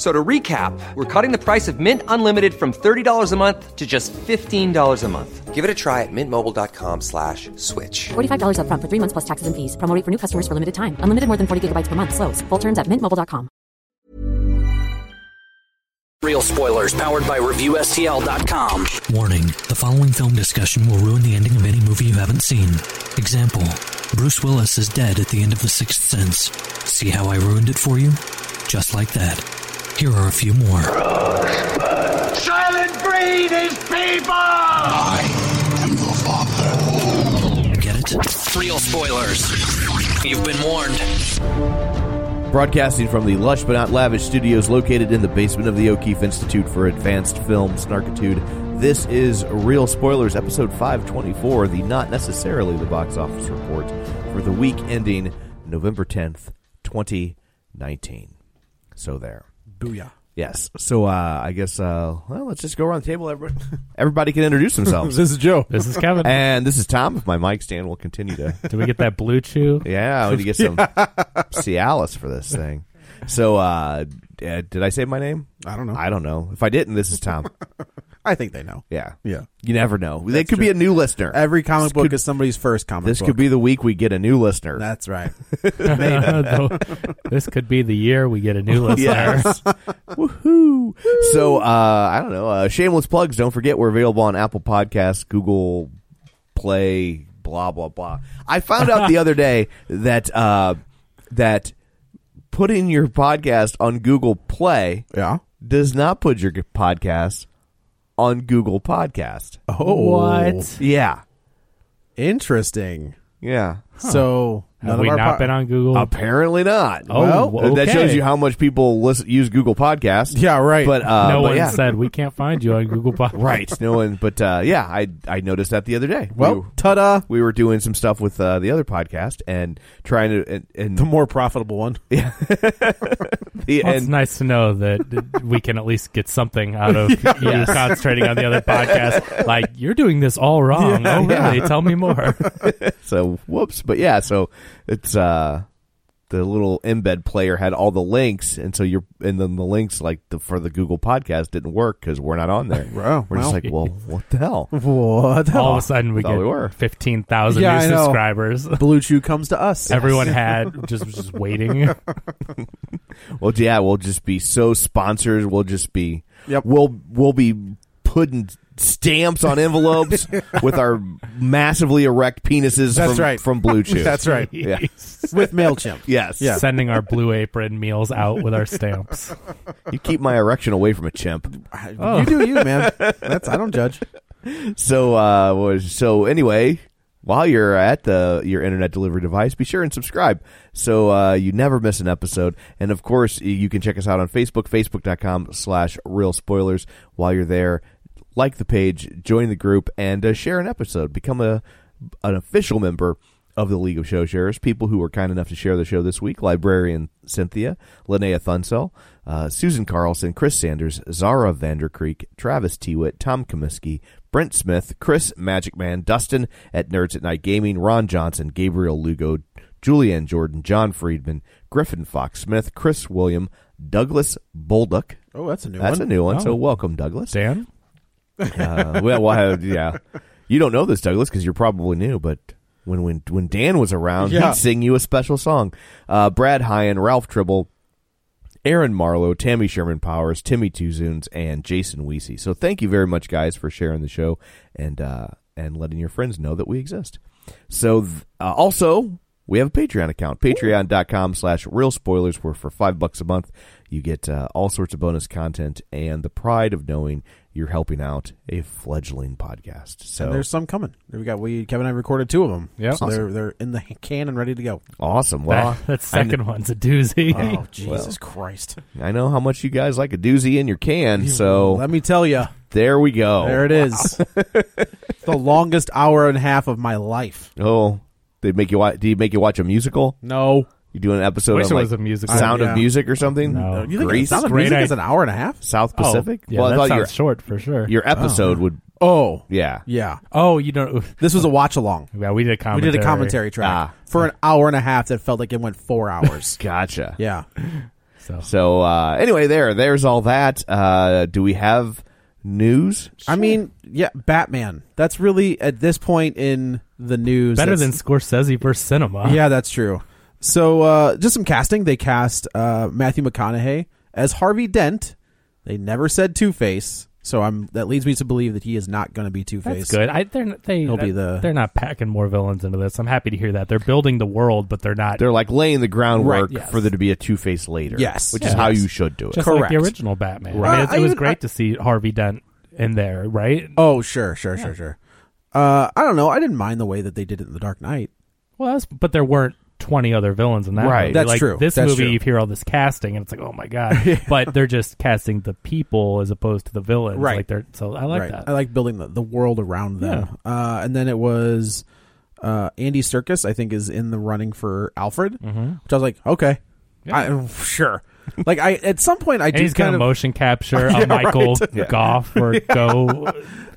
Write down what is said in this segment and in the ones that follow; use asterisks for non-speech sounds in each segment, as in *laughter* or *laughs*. So to recap, we're cutting the price of Mint Unlimited from $30 a month to just $15 a month. Give it a try at mintmobile.com slash switch. $45 up front for three months plus taxes and fees. Promo rate for new customers for limited time. Unlimited more than 40 gigabytes per month. Slows. Full terms at mintmobile.com. Real spoilers powered by ReviewSTL.com. Warning the following film discussion will ruin the ending of any movie you haven't seen. Example Bruce Willis is dead at the end of The Sixth Sense. See how I ruined it for you? Just like that. Here are a few more. Silent breed is people! Get it? Real spoilers. You've been warned. Broadcasting from the lush but not lavish studios located in the basement of the O'Keefe Institute for Advanced Film Snarkitude, this is Real Spoilers, episode 524, the not necessarily the box office report for the week ending November 10th, 2019. So there. Booyah. Yes. So uh, I guess, uh, well, let's just go around the table. Everybody, everybody can introduce themselves. *laughs* This is Joe. This is Kevin. and this is Tom. If my mic stand will continue to Did we get that *laughs* blue chew? Yeah, I need to get *laughs* some Cialis for this thing. So, uh, d- uh, did I say my name? I don't know. I don't know. If I didn't, this is *laughs* Tom. I think they know. Yeah, Yeah. You never know. They That's could be true. a new listener. Every comic This book could- is somebody's first comic This book. could be the week we get a new listener. That's right. *laughs* Though, this could be the year we get a new listener. Yes. Woohoo. So, uh, I don't know. Uh, shameless plugs. Don't forget, we're available on Apple Podcasts, Google Play, blah, blah, blah. I found *laughs* out the other day that, uh, that putting your podcast on Google Play yeah. does not put your podcast on Google Podcast. *laughs* Oh. What? Yeah. Interesting. Yeah. So, none Have of we our not po- been on Google? Uh, Apparently not. Oh, Well, that okay. shows you how much people listen, use Google Podcast. *laughs* Yeah, right. But uh, no but one yeah. said we can't find you on Google *laughs* Podcast. right. No one. But uh, yeah, I I noticed that the other day. we, Well, were- ta da. we were doing some stuff with uh, the other podcast and trying to and, and The more profitable one. the- Well, it's and- nice to know that we can at least get something *laughs* out of you concentrating on the other podcast. Like you're doing this all wrong. oh really? Tell *laughs* me more. so whoops. But yeah, so it's uh the little embed player had all the links, and so you're and then the links like the, for the Google podcast didn't work because we're not on *laughs* there. Oh, We're just well. like, well, what the *laughs* hell? *laughs* What the all hell? of a sudden we Thought get we were. fifteen thousand Yeah, new I know. subscribers. *laughs* Blue Chew comes to us. *laughs* Everyone had just was just waiting. Well, yeah, we'll just be so sponsored. We'll just be. Yep. We'll we'll be putting stamps on *laughs* envelopes with our massively erect penises. That's from, right. from *laughs* Blue Chew. That's right. *laughs* Yeah. *laughs* With MailChimp. Yes. Yeah. Sending our blue apron meals out with our stamps. You keep my erection away from a chimp. *laughs* You do you, man. That's I don't judge. So uh was- so anyway, while you're at the your internet delivery device, be sure and subscribe so uh, you never miss an episode. And of course, y- you can check us out on Facebook, facebook.com slash real spoilers. While you're there, like the page, join the group, and uh, share an episode. Become a an official member of the League of Show Sharers, people who were kind enough to share the show this week, librarian Cynthia, Linnea Thunsell, uh, Susan Carlson, Chris Sanders, Zara Vandercreek, Travis Tewitt, Tom Comiskey, Brent Smith, Chris Magic Man, Dustin at Nerds at Night Gaming, Ron Johnson, Gabriel Lugo, Julianne Jordan, John Friedman, Griffin Fox Smith, Chris William, Douglas Bolduck. Oh, that's a new That's a one. new one. So Oh. welcome, Douglas. Dan? Uh, well, well, I- yeah. You don't know this, Douglas, because you're probably new, but when when when Dan was around, Yeah. he'd sing you a special song. Uh, Brad Hyan, Ralph Tribble, Aaron Marlowe, Tammy Sherman Powers, Timmy Tuzoons, and Jason Weesey. So thank you very much, guys, for sharing the show and uh, and letting your friends know that we exist. So th- uh, also we have a Patreon account, patreon.com slash real spoilers, where for five bucks a month you get uh, all sorts of bonus content and the pride of knowing you're helping out a fledgling podcast. And So there's some coming. We got we Kevin and I recorded two of them. Yep. So they're they're in the can and ready to go. awesome. Well, that, *laughs* that I kn- second one's a doozy. *laughs* Oh *laughs* Jesus Christ! I know how much you guys like a doozy in your can, so *laughs* Let me tell you, there we go. there it is. *laughs* the longest hour and a half of my life. Oh, they make you watch? Do you make you watch a musical? No, You do an episode Wish on it like was a musical. Sound Yeah. of Music or something. No. You think Grease? Sound of Great Music idea. is an hour and a half? South Pacific. Oh, yeah, well, I that thought sounds your short for sure. your episode would. Oh, Yeah. yeah. oh, you don't. This was a watch along. Yeah, we did a We commentary. did a commentary track Ah. for an hour and a half that felt like it went four *laughs* hours. Gotcha. yeah. So uh, anyway, there, there's all that. Uh, do we have news? I mean, yeah, Batman. That's really at this point in the news. Better that's- than Scorsese versus Cinema. Yeah, that's true. So uh, just some casting. They cast uh, Matthew McConaughey as Harvey Dent. They never said Two Face, so I'm that leads me to believe that he is not going to be Two That's Face. good. I, they're not, they, He'll be the- they're not packing more villains into this. I'm happy to hear that. They're building the world, but they're not. They're like laying the groundwork Right, yes. for there to be a Two Face later. Yes. which is Yes. how you should do it. just like the correct. original Batman. Right. I mean, it, Uh, I it was even- great I- to see Harvey Dent in there, right? Oh, sure, sure, sure, sure. Uh, I don't know. I didn't mind the way that they did it in The Dark Knight. Well, that's, but there weren't 20 other villains in that. Right. movie. That's Like, true. This That's movie, true. you hear all this casting, and it's like, oh my *laughs* god. But they're just casting the people as opposed to the villains. Right. Like they're, so I like right. that. I like building the, the world around them. Uh, and then it was uh, Andy Circus, I think, is in the running for Alfred, Mm-hmm. which I was like, okay, I, sure. Like I, at some point, I and do he's kind gonna of motion *laughs* capture a Michael Goff or Go.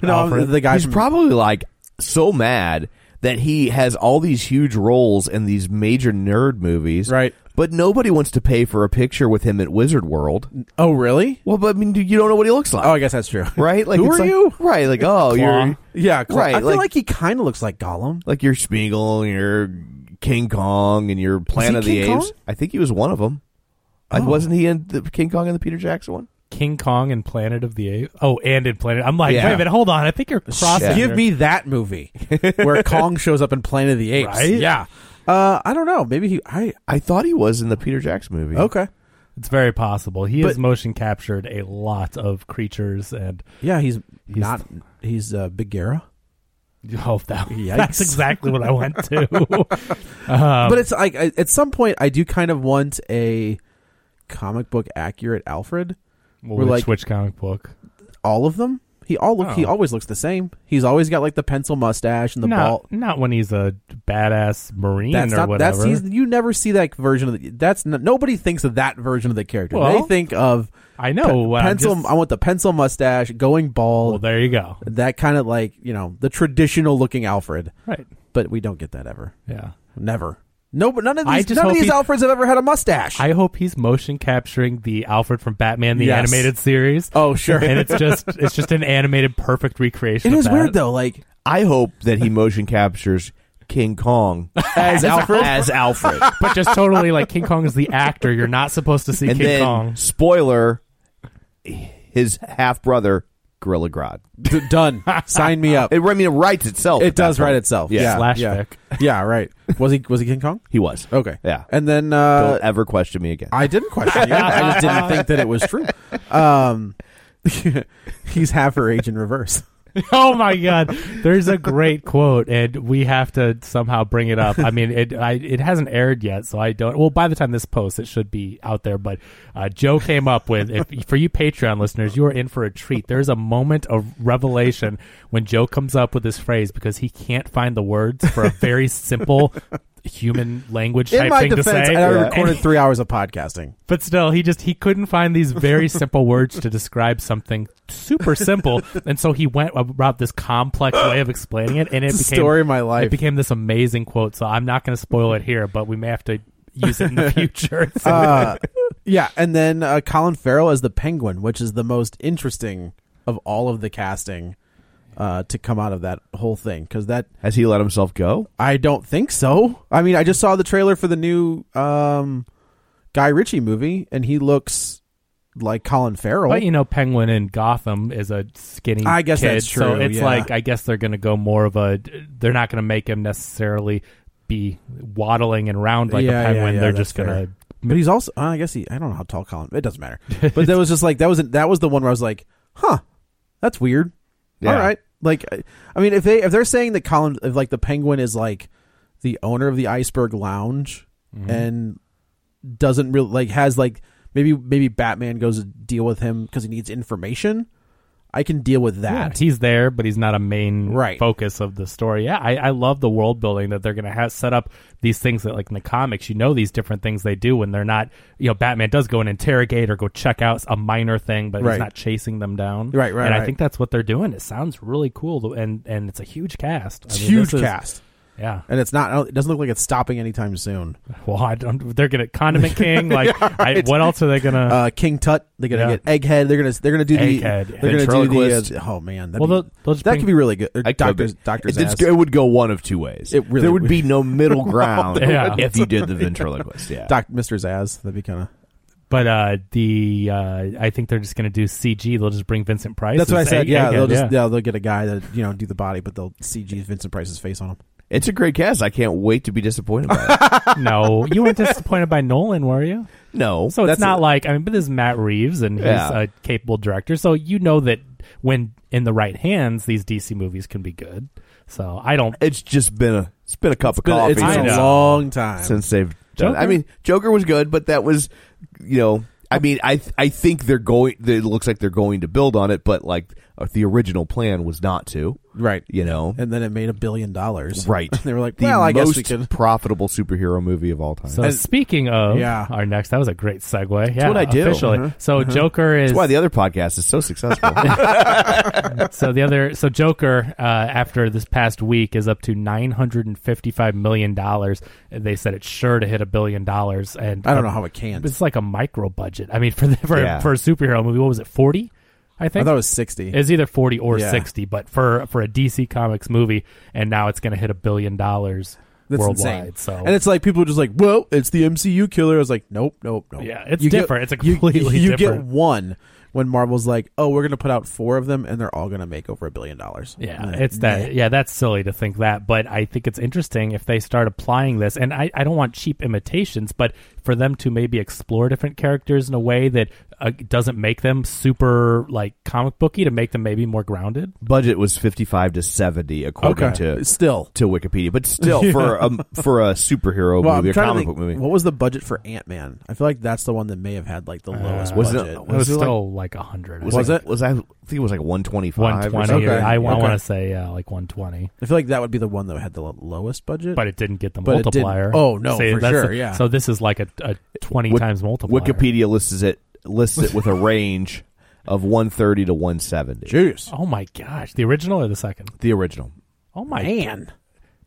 no, Alfred. the guy He's from- probably like so mad that he has all these huge roles in these major nerd movies, Right. But nobody wants to pay for a picture with him at Wizard World. Oh, really? Well, but I mean, you don't know what he looks like, Oh, I guess that's true. *laughs* right? Like, who it's are like- you? Right, like oh, you're Yeah, Cla- Right, I feel like- like, he kind of looks like Gollum. like your Spiegel, and your King Kong, and your Planet of the King Apes. Kong? Oh. I think he was one of them. Like, wasn't he in the King Kong and the Peter Jackson one? King Kong and Planet of the Apes. Oh, and in Planet. I'm like, Yeah. wait a minute, hold on. I think you're crossing. Yeah. Give here. me that movie *laughs* where Kong shows up in Planet of the *laughs* Apes. Right? Yeah. Uh, I don't know. Maybe he. I I thought he was in the Peter Jackson movie. okay. It's very possible. He has But- motion captured a lot of creatures, and Yeah, he's, not. He's uh, Big Guerra. oh, that, Yikes. that's exactly what I went to. Um, but it's like I, at some point I do kind of want a comic book accurate Alfred. Well, *laughs* We're which, like- which comic book? All of them. He all look. He Oh. always looks the same. He's always got like the pencil mustache and the not, ball. not when he's a badass marine That's or not. whatever. That's he's, you never see that version of the. That's n- nobody thinks of that version of the character. Well, they think of I know. Pe- what I'm pencil. just- I want the pencil mustache, going well, bald, there you go. that kind of like you know the traditional looking Alfred. Right. But we don't get that ever, Yeah. never. No, but none of I these just none of hope these he- Alfreds have ever had a mustache. I hope he's motion capturing the Alfred from Batman the Yes. animated series. oh *laughs* sure, and *laughs* it's just it's just an animated perfect recreation. it of is that. weird though. Like I hope that he motion captures King *laughs* Kong as Alfred. As Alfred, but just totally like King Kong is the actor. You're not supposed to *laughs* see and King then Kong. spoiler, his half brother Gorilla Grodd. d- done. Sign me up. *laughs* It, It, I mean, it writes itself. at does that point. write itself. Yeah. Yeah, Slash yeah. Vic. yeah, right. Was he was he King Kong? He was Okay, Yeah. And then Don't uh, ever question me again. I didn't question you. I just didn't think that it was true. Um, *laughs* he's half her age in reverse. *laughs* Oh my God! There's a great quote, and we have to somehow bring it up. I mean, it I, it hasn't aired yet, so I don't. Well, by the time this posts, it should be out there. But uh, Joe came up with if for you Patreon listeners, you are in for a treat. There's a moment of revelation when Joe comes up with this phrase because he can't find the words for a very simple human language In type my thing defense, to say. I And recorded three hours of podcasting. But still, he just he couldn't find these *laughs* very simple words to describe something super simple, and so he went about this complex way of explaining it, and it It's the became story of my life. It became this amazing quote. So I'm not going to spoil it here, but we may have to use it in *laughs* the future. So- uh, yeah, and then uh, Colin Farrell as the Penguin, which is the most interesting of all of the casting uh, to come out of that whole thing because that Has he let himself go? I don't think so. I mean, I just saw the trailer for the new um, Guy Ritchie movie, and he looks like Colin *laughs* Farrell. but you know, Penguin in Gotham is a skinny. I guess kid, that's So true, it's yeah. like I guess they're going to go more of a. They're not going to make him necessarily be waddling and round like Yeah, a yeah, penguin. yeah, they're that's just going fair. but he's also uh, I guess he I don't know how tall Colin. It doesn't *laughs* matter. But that was just like that was that was the one where I was like, huh, that's weird. All Yeah. right, like I- I mean, if they if they're saying that Colin if like the Penguin is like the owner of the Iceberg Lounge Mm-hmm. and doesn't really like has like maybe maybe Batman goes to deal with him because he needs information. I can deal with Yeah, that. he's there, but he's not a main Right. focus of the story. Yeah, I, I love the world building that they're going to have set up these things that, like in the comics, you know, these different things they do when they're not, you know, Batman does go and interrogate or go check out a minor thing, but Right. he's not chasing them down. Right, right, And right. I think that's what they're doing. It sounds really cool, though, and and it's a huge cast. I It's mean, huge this is- cast. Yeah. And it's not. It doesn't look like it's stopping anytime soon. Well, I don't. They're gonna *laughs* condiment king. Like, I, what else are they gonna? Uh, King Tut. They're gonna Yeah. get Egghead. They're gonna. They're gonna do the. Egghead. They're gonna do the. Ventriloquist. Uh, oh man. that'd Well, be- they'll- they'll just that bring- could be really good. I could Doctors. be- Doctors. It's- it would go one of two ways. It really there would would. be no *laughs* middle ground Yeah. if you did the ventriloquist. Yeah. Doc, Mr. Zaz. That'd be kind of. But uh, the uh, I think they're just going to do CG. They'll just bring Vincent Price. That's what I as said. Egg- Yeah, Egghead, they'll just yeah. yeah. they'll get a guy that you know do the body, but they'll CG Vincent Price's face on him. It's a great cast. I can't wait to be disappointed *laughs* by it. no. You weren't disappointed by Nolan, were you? No. So it's that's not a- like I mean, but this is Matt Reeves, and he's Yeah. a capable director. So you know that when in the right hands, these DC movies can be good. So I don't. it's just been a it's been a cup of But coffee it's been I a know. long *laughs* time. since they've done. it. I Joker? mean, Joker was good, but that was you know. I mean, I th- I think they're going. It looks like they're going to build on it, but like uh, the original plan was not to. right. You know. And then it made a billion *laughs* dollars. Right. *laughs* they were like, the well, I most guess we could. profitable superhero movie of all time. So speaking of Yeah. our next, that was a great segue. Yeah, what I do. Officially, Mhm. so Joker is That's why the other podcast is so successful. *laughs* so the other so Joker uh, after this past week is up to nine hundred and fifty five million dollars. They said it's sure to hit a billion dollars, and I don't know how it can. It's like a micro budget. I mean, for the, for, Yeah. for a superhero movie, what was it? Forty, I I think. thought it was sixty. It's either forty or Yeah. sixty, but for for a DC Comics movie, and now it's going to hit a billion dollars That's worldwide. insane. So and it's like people are just like, well, it's the MCU killer. I was like, nope, nope, nope. Yeah, it's get- different. It's a you- completely you, different- get one when Marvel's like, oh, we're gonna put out four of them, and they're all gonna make over a billion dollars. Yeah, And it's that. Yeah, that's silly to think that, but I think it's interesting if they start applying this. And I, I don't want cheap imitations, but for them to maybe explore different characters in a way that uh, doesn't make them super like comic booky, to make them maybe more grounded. Budget was fifty five to seventy according Okay. to Still. to Wikipedia, but still *laughs* for a for a superhero Well, movie, I'm a trying to comic think, book movie. what was the budget for Ant Man? I feel like that's the one that may have had like the lowest was it- budget. It Uh, was it like- still like a hundred. Was like- it? Was I, I think it was like one twenty one five. twenty? Okay. I, Okay. want to say yeah, like one twenty, I feel like that would be the one that had the lo- lowest budget. but it didn't get the But it didn't- multiplier. oh, no, for that's sure, the- yeah. So this is like a, a twenty times multiplier. Wikipedia lists it lists it with a range of one thirty to one seventy. Juice. Oh my gosh, the original or the second? The original. Oh my. Man.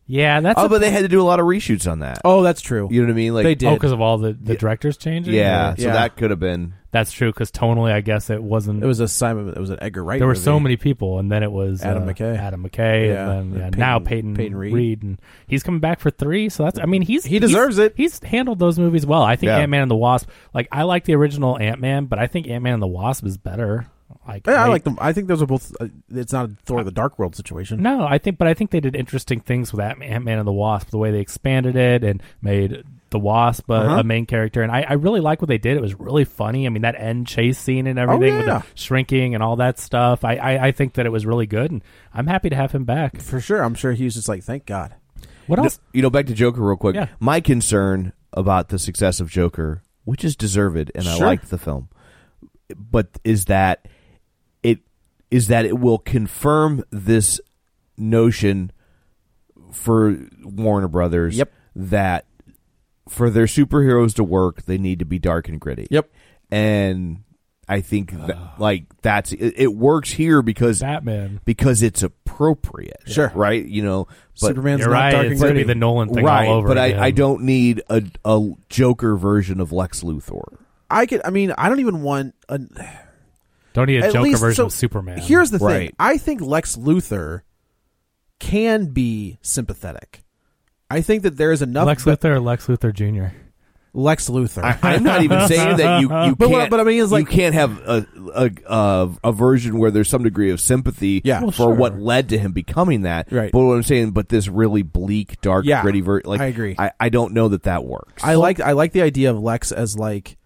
Yeah, that's Oh, a- but they had to do a lot of reshoots on that. Oh, that's true. You know what I mean? Like They did. Oh, Oh, because of all the, the directors changing? Yeah, Or- so Yeah. that could have been. That's true because tonally, I guess it wasn't. It was a Simon. It was an Edgar Wright. there were so movie. many people, and then it was Adam uh, McKay. Adam McKay, Yeah, and then and yeah, Peyton- now Peyton, Peyton Reed. and he's coming back for three. So that's I mean he's He deserves he's- it. He's handled those movies well. I think Yeah. Ant Man and the Wasp. Like I like the original Ant Man, but I think Ant Man and the Wasp is better. Like Yeah, I like them. I think those are both. Uh, it's not a Thor: The Dark World situation. No, I think, but I think they did interesting things with Ant Man and the Wasp, the way they expanded it and made the Wasp a, Uh-huh. a main character. And I, I really like what they did. It was really funny. I mean, that end chase scene and everything with yeah. the shrinking and all that stuff. I, I, I think that it was really good, and I'm happy to have him back. For sure, I'm sure he was just like, "Thank God." What else? You know, back to Joker real quick. Yeah. My concern about the success of Joker, which is deserved, and I Sure. liked the film, but is that it is that it will confirm this notion for Warner Brothers Yep. that for their superheroes to work, they need to be dark and gritty. Yep. And I think that, like that's it, it works here because Batman. because it's appropriate. Sure. Right? You know, but Superman's You're not right. dark It's and going to be gritty. the Nolan thing right, all over but again. I, I don't need a, a Joker version of Lex Luthor. I could. I mean, I don't even want an Don't need a at Joker least, version so of Superman. Here's the Right. thing. I think Lex Luthor can be sympathetic. I think that there is enough Lex be- Luthor or Lex Luthor Jr. Lex Luthor. I, I'm not even saying that you, you *laughs* But what- can't. but I mean, it's like- you can't have a a, a a version where there's some degree of sympathy Yeah. Well, for what led to him becoming that. Right. But what I'm saying, but this really bleak, dark, Yeah, gritty version. Like I agree. I, I don't know that that works. I like I like the idea of Lex as like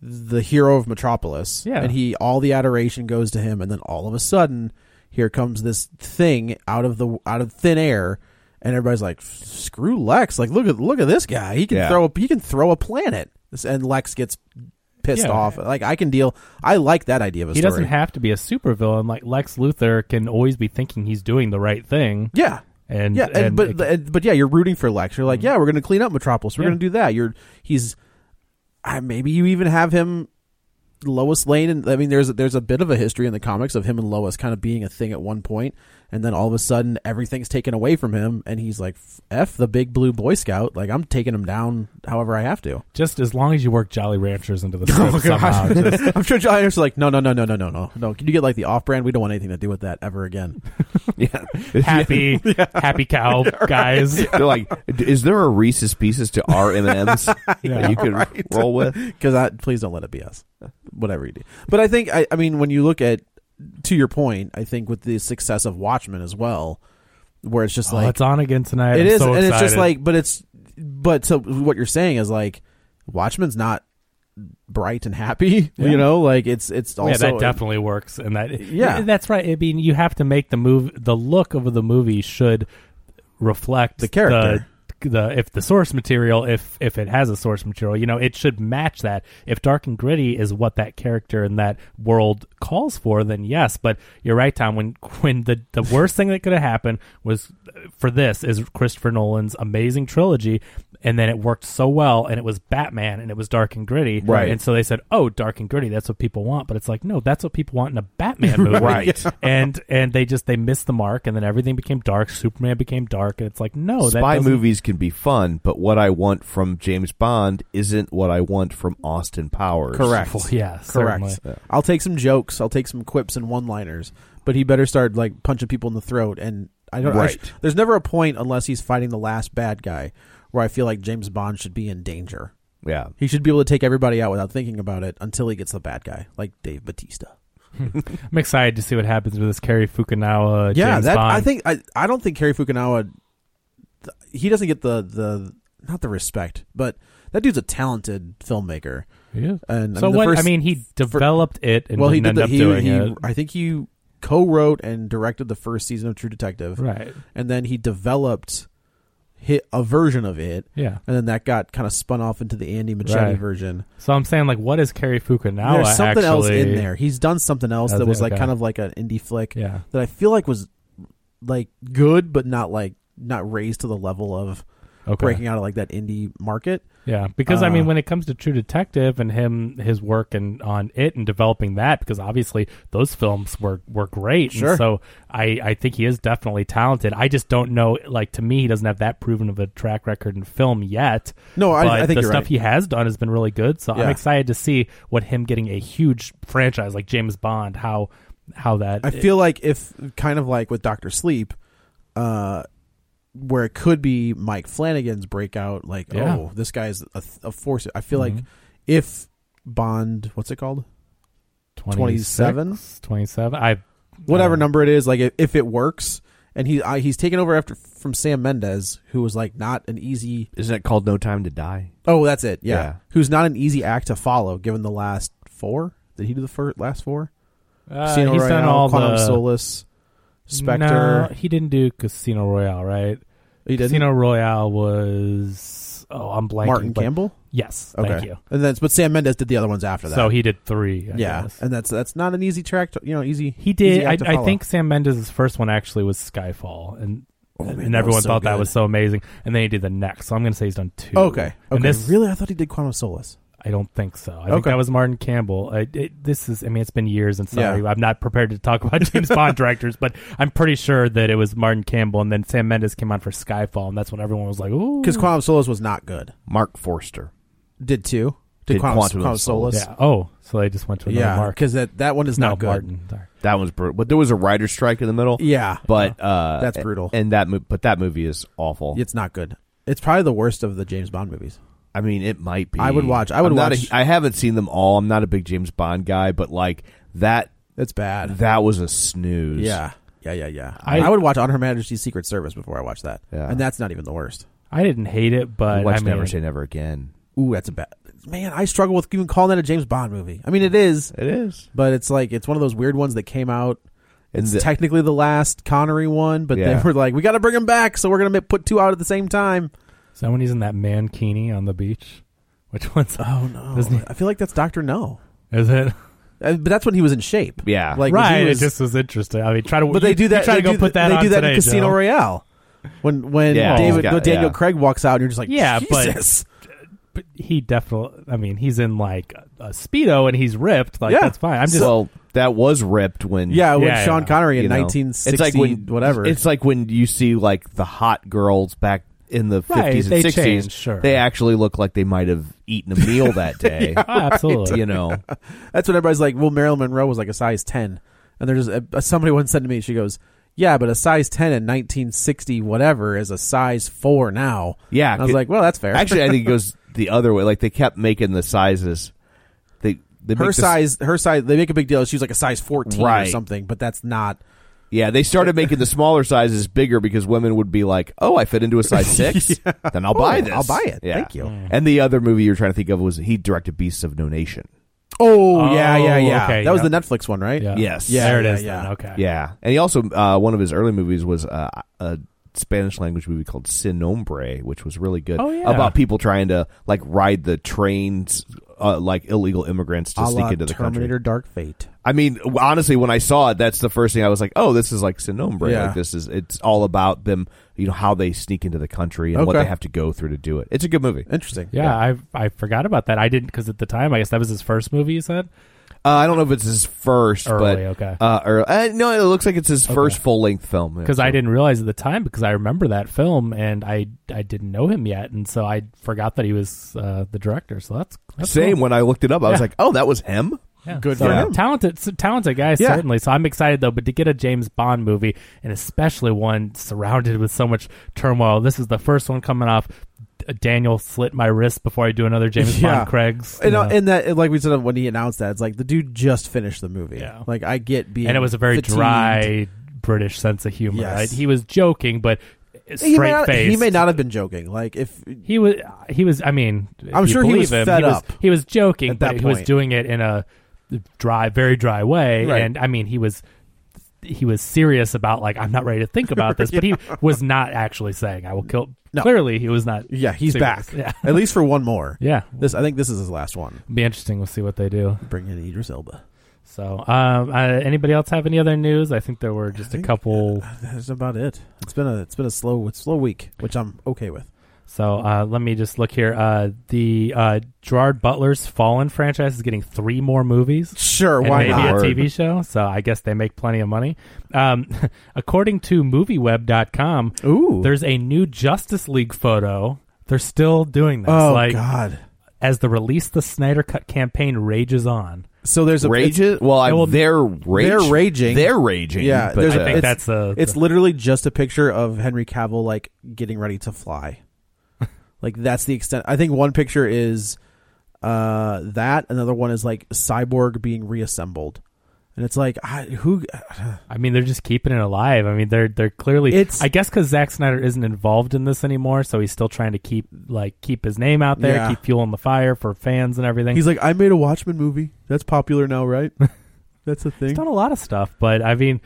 the hero of Metropolis. Yeah. And he all the adoration goes to him and then all of a sudden here comes this thing out of the out of thin air and everybody's like screw Lex. Like look at look at this guy. He can Yeah. throw a he can throw a planet. And Lex gets pissed Yeah. off. Like I can deal. I like that idea of a He story. doesn't have to be a supervillain. Like Lex Luthor can always be thinking he's doing the right thing. Yeah. And, yeah, and, but it- Mm-hmm. and- but yeah, you're rooting for Lex. You're like, yeah, we're going to clean up Metropolis. We're Yeah. going to do that. You're he's, I, maybe you even have him, Lois Lane, and I mean, there's there's a bit of a history in the comics of him and Lois kind of being a thing at one point, and then all of a sudden everything's taken away from him, and he's like, f the big blue boy scout. Like I'm taking him down however I have to. *laughs* just as long as you work Jolly Ranchers into the Oh, script somehow. just- I'm sure John Anderson's like, no, no, no, no, no, no, no, no. Can you get like the off brand? We don't want anything to do with that ever again. *laughs* *laughs* yeah. happy, happy cow guys. *laughs* They're like, is there a Reese's Pieces to our M and *laughs* M's that you could roll with? because I please don't let it be us, whatever you do. But I think I, I mean when you look at to your point, I think with the success of Watchmen as well, where it's just Oh, like it's on again tonight. it I'm is, so and it's just excited. like, but it's but so what you're saying is like Watchmen's not bright and happy, *laughs* you know, like it's it's also Oh, yeah, that definitely works, and that Yeah. that's right. I mean, you have to make the move. The look of the movie should reflect The character. The, the- if the source material, if if it has a source material, you know, it should match that. If dark and gritty is what that character and that world calls for, then yes. But you're right, Tom. When *laughs* when the the worst thing that could have happened was uh, for this is Christopher Nolan's amazing trilogy. And then it worked so well, and it was Batman, and it was dark and gritty, Right. And so they said, "Oh, dark and gritty. That's what people want." But it's like, no, that's what people want in a *laughs* Batman movie, Right. *laughs* And and they just they missed the mark, and then everything became dark. Superman became dark, and it's like, no, Oh, that Spy doesn't- movies can be fun, but what I want from James Bond isn't what I want from Austin Powers. correct. Yeah, certainly. correct. I'll take some jokes. I'll take some quips and one-liners, but he better start like punching people in the throat. And I don't. I sh- Right. there's never a point unless he's fighting the last bad guy where I feel like James Bond should be in danger. Yeah. He should be able to take everybody out without thinking about it until he gets the bad guy, like Dave Batista. I'm excited to see what happens with this Cary Fukunawa. yeah, James that Bond. I think I I don't think Cary Fukunawa th- he doesn't get the the not the respect, but that dude's a talented filmmaker. Yeah. And I so mean, the what? first- I mean, he developed it, and well, he did didn't the, end he, up doing he- it. I think he co-wrote and directed the first season of True Detective, Right. And then he developed hit a version of it, Yeah. and then that got kind of spun off into the Andy Machete Right. version. So I'm saying, like, what is Cary Fukunawa? There's something else actually- in there. He's done something else Has that it? was like Okay. kind of like an indie flick Yeah. that I feel like was like good, but not like not raised to the level of Okay. breaking out of like that indie market. Yeah, because I Uh, mean, when it comes to True Detective and him, his work and on it and developing that, because obviously those films were were great. Sure. And so I I think he is definitely talented. I just don't know. Like to me, he doesn't have that proven of a track record in film yet. No, I- but I think the you're stuff right. he has done has been really good. So Yeah. I'm excited to see what him getting a huge franchise like James Bond. How how that I feel like if kind of like with Doctor Sleep, uh, where it could be Mike Flanagan's breakout, like Yeah. Mm-hmm. oh this guy's a, a force. I feel like if Bond, what's it called? 27? 27. I whatever Uh, number it is, like if, if it works, and he I, he's taken over after from Sam Mendes, who was like not an easy. Isn't it called No Time to Die? Oh, that's it. Yeah, Yeah. who's not an easy act to follow, given the last four. Did he do the first last four? uh, Casino he's Royale, done all Quantum the Solace, No, Spectre. Oh, he didn't do Casino Royale, right? he didn't. Casino Royale was oh, I'm blanking. Martin but- Campbell. Yes, Okay, thank you. and then but Sam Mendes did the other ones after that. So he did three. I yeah, guess. and that's that's not an easy track. To, you know, easy. he did. easy I, act to I follow. think Sam Mendes' first one actually was Skyfall, and Oh, man, and that everyone was so thought that good. was so amazing. And then he did the next. So I'm going to say he's done two. Okay. Okay. And this really, I thought he did Quantum of Solace. I don't think so. I think Okay. that was Martin Campbell. I, it, this is, I mean, it's been years, and sorry, Yeah. I'm not prepared to talk about *laughs* James Bond directors, but I'm pretty sure that it was Martin Campbell, and then Sam Mendes came on for Skyfall, and that's when everyone was like, "Ooh, Because Quantum of Solace was not good. Mark Forster. Did two? Did, Did Quantum, Quantum of Quantum of Solace? yeah, oh." So they just went to another Yeah, mark. because that that one is No, not good. Martin. Sorry. That one's brutal. But there was a writer strike in the middle. Yeah, But uh, That's brutal. And that, mo- but that movie is awful. it's not good. It's probably the worst of the James Bond movies. I mean, it might be. I would watch- I would I'm not watch- A, I haven't seen them all. I'm not a big James Bond guy, but like that, It's bad. that was a snooze. Yeah, yeah, yeah, yeah. I, I- would watch On Her Majesty's Secret Service before I watch that, Yeah. and that's not even the worst. I didn't hate it, but Watch I mean, Never Say Never Again. Ooh, that's a bad. Man, I struggle with even calling that a James Bond movie. I mean, it is, It is. but it's like it's one of those weird ones that came out. And It's the- technically the last Connery one, but Yeah. they were like, we got to bring him back, so we're gonna ma- put two out at the same time. Someone using that mankini on the beach. Which one's? Oh *laughs* no! Doesn't he- I feel like that's Doctor No. Is it? Uh, But that's when he was in shape. Yeah. like when he right. was- it just was interesting. I mean, try to. but they you- do you that. Try they to go do, put that they on do that today, in Casino Joe. Royale. When when Yeah. David Got- no, Daniel yeah. Craig walks out and you're just like Yeah, but- Jesus. But he definitely. I mean, he's in like a speedo and he's ripped. Like Yeah. that's fine. I'm just. well, that was ripped when yeah when Yeah, Sean yeah. Connery in you know, 1960 it's like when whatever It's like when you see like the hot girls back in the Right, fifties they and sixties. changed, sure. They actually look like they might have eaten a meal *laughs* that day. *laughs* Oh, absolutely. You know, that's when everybody's like well Marilyn Monroe was like a size 10 and there's uh, somebody *laughs* once said to me she goes yeah but a size 10 in 1960 whatever is a size 4 now yeah. And I was c- like well that's fair actually, I think *laughs* it goes the other way. Like they kept making the sizes. They they her make the- size her size they make a big deal she was like a size 14 or Right. something but that's not Yeah, they started making the smaller sizes bigger because women would be like, "Oh, I fit into a *laughs* size six, then I'll buy Oh, this. I'll buy it. Yeah. Thank you. Mm. And the other movie you were trying to think of was he directed Beasts of No Nation. oh, yeah yeah Oh, yeah okay, that was yeah. the Netflix one right Yeah. Yes. Yeah, there it yeah, is. yeah. then. Okay. Yeah, and he also uh, one of his early movies was uh, a Spanish language movie called Sin Hombre, which was really good Oh, yeah. about people trying to like ride the trains, uh, like illegal immigrants to A la sneak into the Terminator country. Dark Fate I mean, honestly, when I saw it, that's the first thing I was like, "Oh, this is like Sin Hombre. Yeah. Like this is it's all about them, you know, how they sneak into the country and what Okay. they have to go through to do it. It's a good movie. Uh, interesting Yeah, I I forgot about that. I didn't because at the time I guess that was his first movie. You said Uh, I don't know if it's his first, but Early, okay. uh, early, uh, no, it looks like it's his first full length film Yeah, because I so- didn't realize at the time because I remember that film and I I didn't know him yet and so I forgot that he was uh, the director. So that's, that's Same cool. when I looked it up, I was Yeah. like, "Oh, that was him." Yeah. Good so, for him. Talented, s- talented guy, Yeah. certainly. So I'm excited though. But to get a James Bond movie, and especially one surrounded with so much turmoil, this is the first one coming off. D- Daniel slit my wrist before I do another James *laughs* Yeah. Bond. Craig's, And, you uh, know. and that, like we said when he announced that, it's like the dude just finished the movie. Yeah. Like I get being, and it was a very fatigued. dry British sense of humor. Yes. Right? He was joking, but He may, straight not, face. he may not have been joking. Like if He was. He was. I mean, I'm if you sure he believe was him, fed he was- up he was joking, at but that he was point. doing it in a dry, very dry way. Right. And I mean, he was. He was serious about like I'm not ready to think about this, *laughs* but he was not actually saying I will kill. No. Clearly, he was not. yeah, he's serious. back. Yeah, At least for one more. *laughs* yeah. This I think this is his last one. It'll be interesting. We'll see what they do. Bring in Idris Elba. So, um, uh, anybody else have any other news? I think there were just a couple. That's about it. It's been a it's been a slow slow week, which I'm okay with. So uh, let me just look here. Uh, the uh, Gerard Butler's Fallen franchise is getting three more movies. Sure, and why maybe not? a Word. TV show. So I guess they make plenty of money. Um, *laughs* according to MovieWeb.com, Ooh. there's a new Justice League photo. They're still doing this. oh like God. as the release the Snyder Cut campaign rages on. So there's a it's- Rages? Well, I, Well, they're rage, they're raging. They're raging. Yeah, but, there's I a- think it's- that's a. It's literally just a picture of Henry Cavill like getting ready to fly. like that's the extent. I think one picture is uh that, another one is like cyborg being reassembled. And it's like I, who I mean, they're just keeping it alive. I mean, they're they're clearly. It's- I guess because Zack Snyder isn't involved in this anymore, so he's still trying to keep like keep his name out there, Yeah. keep fueling the fire for fans and everything. He's like I made a Watchmen movie. That's popular now, right? that's a thing. He's done a lot of stuff, but I mean,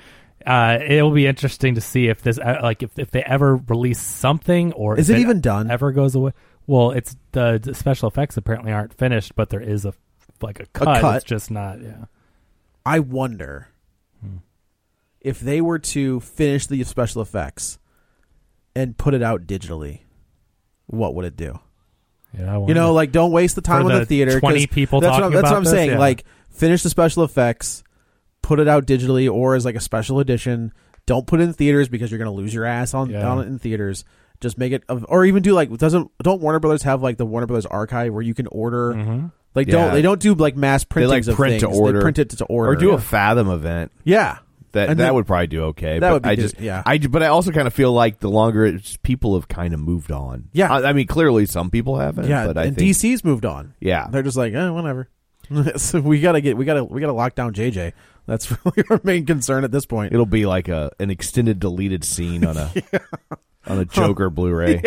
uh, it'll be interesting to see if this, uh, like, if, if they ever release something or Is if it even done? Ever goes away? Well, it's the, the special effects apparently aren't finished, but there is a like a cut. cut. It's just not. Yeah, I wonder if they were to finish the special effects and put it out digitally, what would it do? yeah. I You wonder. know, like don't waste the time For with the, the theater. 20 'cause people That's what, talking I'm- that's about what I'm this? saying. Yeah. Like finish the special effects, put it out digitally or as like a special edition. Don't put it in theaters because you're going to lose your ass on, Yeah. on it in theaters. Just make it, of- or even do like doesn't don't Warner Brothers have like the Warner Brothers archive where you can order Mm-hmm. like Yeah. don't they don't do like mass they printings like of print to things. They order, print it to order or do yeah. a Fathom event. yeah That And that then- would probably do okay. That but would be I good, just yeah. I but I also kind of feel like the longer it's, people have kind of moved on. Yeah. I, I mean clearly some people haven't. yeah but I and think DC's moved on yeah. they're just like eh, whatever *laughs* so we gotta get we gotta we gotta lock down JJ that's *laughs* really our main concern at this point It'll be like a an extended deleted scene on a *laughs* on a Joker Blu-ray.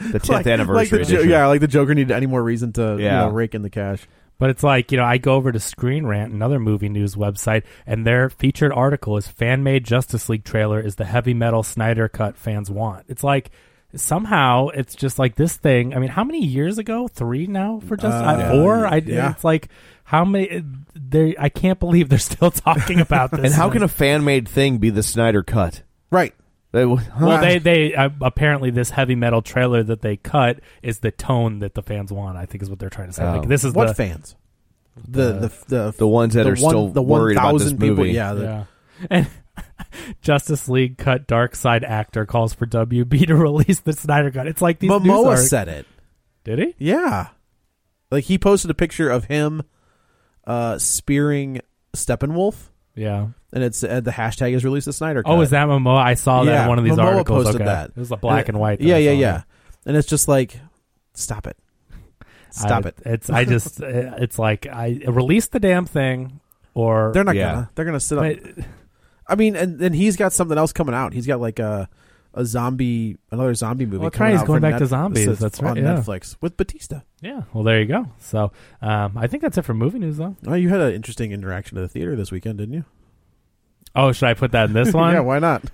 The tenth anniversary the Jo- edition. yeah, like the Joker needed any more reason to Yeah. you know, rake in the cash. But it's like, you know, I go over to Screen Rant, another movie news website, and their featured article is fan made Justice League trailer is the heavy metal Snyder cut fans want. It's like, somehow it's just like this thing. I mean, how many years ago? Three now for just uh, four. I, yeah. It's like how many? They I can't believe they're *laughs* still talking about this. And how can a fan made thing be the Snyder cut? Right. They, huh? well, they they uh, apparently this heavy metal trailer that they cut is the tone that the fans want. I think is what they're trying to say. Like this is What the, fans? The the the, the ones that the are still the worried about this 1,000 people. movie. Yeah, the- Yeah. And *laughs* Justice League cut dark side actor calls for WB to *laughs* release the Snyder Cut. It's like these news Momoa artic- said it. Did he? Yeah, like he posted a picture of him uh spearing Steppenwolf, Yeah. and it's uh, the hashtag is release the Snyder. Oh, Cut. is that Momoa? I saw that in one of these Momoa articles. posted okay. that. Uh, It was a black and white. that Yeah, I yeah, saw. yeah. And it's just like, stop it, stop I- it. It's I *laughs* just it's like I release the damn thing or They're not Yeah. gonna. They're gonna sit up. But- I mean, and then he's got something else coming out. He's got like a a zombie, another zombie movie. Well, that's coming right, he's out going for back to Net- zombies, this is that's right, On yeah. Netflix with Batista. yeah. Well, there you go. So um, I think that's it for movie news though. Oh, you had an interesting interaction at the theater this weekend, didn't you? Oh, should I put that in *laughs* this one? yeah, why not?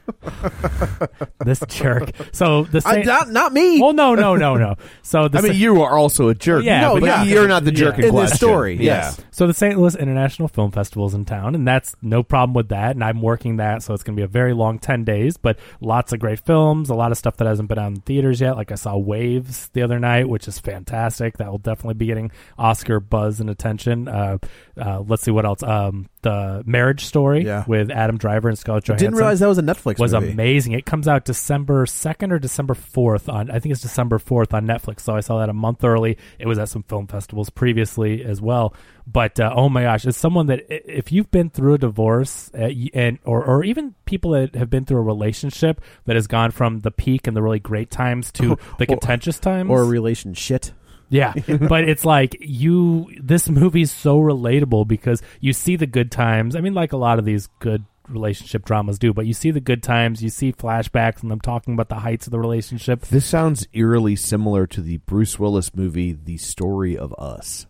this jerk. So the I, same. Uh, not, not me. well, no, no, no, no. *laughs* So the I mean, sa- you are also a jerk. Yeah, no, but but yeah. you're not the jerk Yeah. in, in this question. story, Yeah. yes. So the St. Louis International Film Festival is in town, and that's no problem with that. And I'm working that, so it's going to be a very long ten days, but lots of great films, a lot of stuff that hasn't been out in theaters yet. Like I saw Waves the other night, which is fantastic. That will definitely be getting Oscar buzz and attention. Uh, uh, let's see what else. Um, the Marriage Story Yeah. with Adam Driver and Scarlett Johansson. Didn't realize that was a Netflix was movie. amazing. It comes out December second or December fourth on I think it's December fourth on Netflix. So I saw that a month early. It was at some film festivals previously as well. But uh, oh my gosh, it's someone that i- if you've been through a divorce uh, y- and or or even people that have been through a relationship that has gone from the peak and the really great times *laughs* to the contentious times or a relation shit. *laughs* yeah, but it's like you. This movie's so relatable because you see the good times. I mean, like a lot of these good relationship dramas do, but you see the good times. You see flashbacks and them talking about the heights of the relationship. This sounds eerily similar to the Bruce Willis movie, The Story of Us.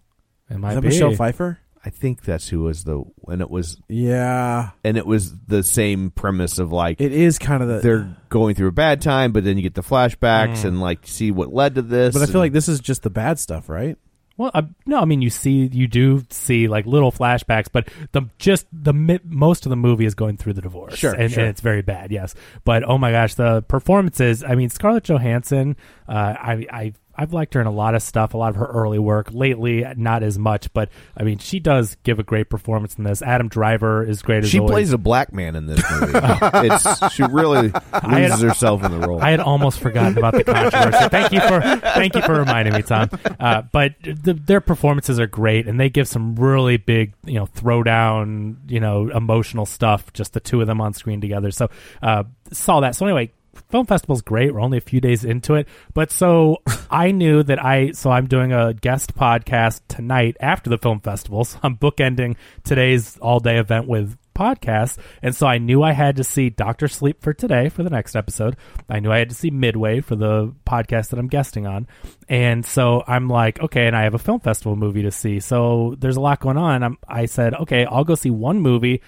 It might Is that be. Michelle Pfeiffer? I think that's who was the and it was Yeah, and it was the same premise of like it uh, is kind of the. they're going through a bad time, but then you get the flashbacks and like see what led to this. but I and- feel like this is just the bad stuff, right? Well, I, no, I mean you see, you do see like little flashbacks, but the just the mi- most of the movie is going through the divorce, Sure, and, sure. and it's very bad, yes. But oh my gosh, the performances! I mean, Scarlett Johansson, uh, I, I I've liked her in a lot of stuff, a lot of her early work. Lately, not as much, but I mean, she does give a great performance in this. Adam Driver is great as she always. plays a black man in this movie. it's she really had- loses herself in the role. I had almost forgotten about the controversy. thank you for thank you for reminding me, Tom. Uh, but the, their performances are great, and they give some really big, you know, throwdown, you know, emotional stuff. Just the two of them on screen together. So uh, saw that. So anyway. Film festival's great. We're only a few days into it, but so *laughs* I knew that I so I'm doing a guest podcast tonight after the film festival. So I'm bookending today's all day event with podcasts. And so I knew I had to see Doctor Sleep for today for the next episode. I knew I had to see Midway for the podcast that I'm guesting on. And so I'm like, okay, and I have a film festival movie to see. So there's a lot going on. I'm, I said, okay, I'll go see one movie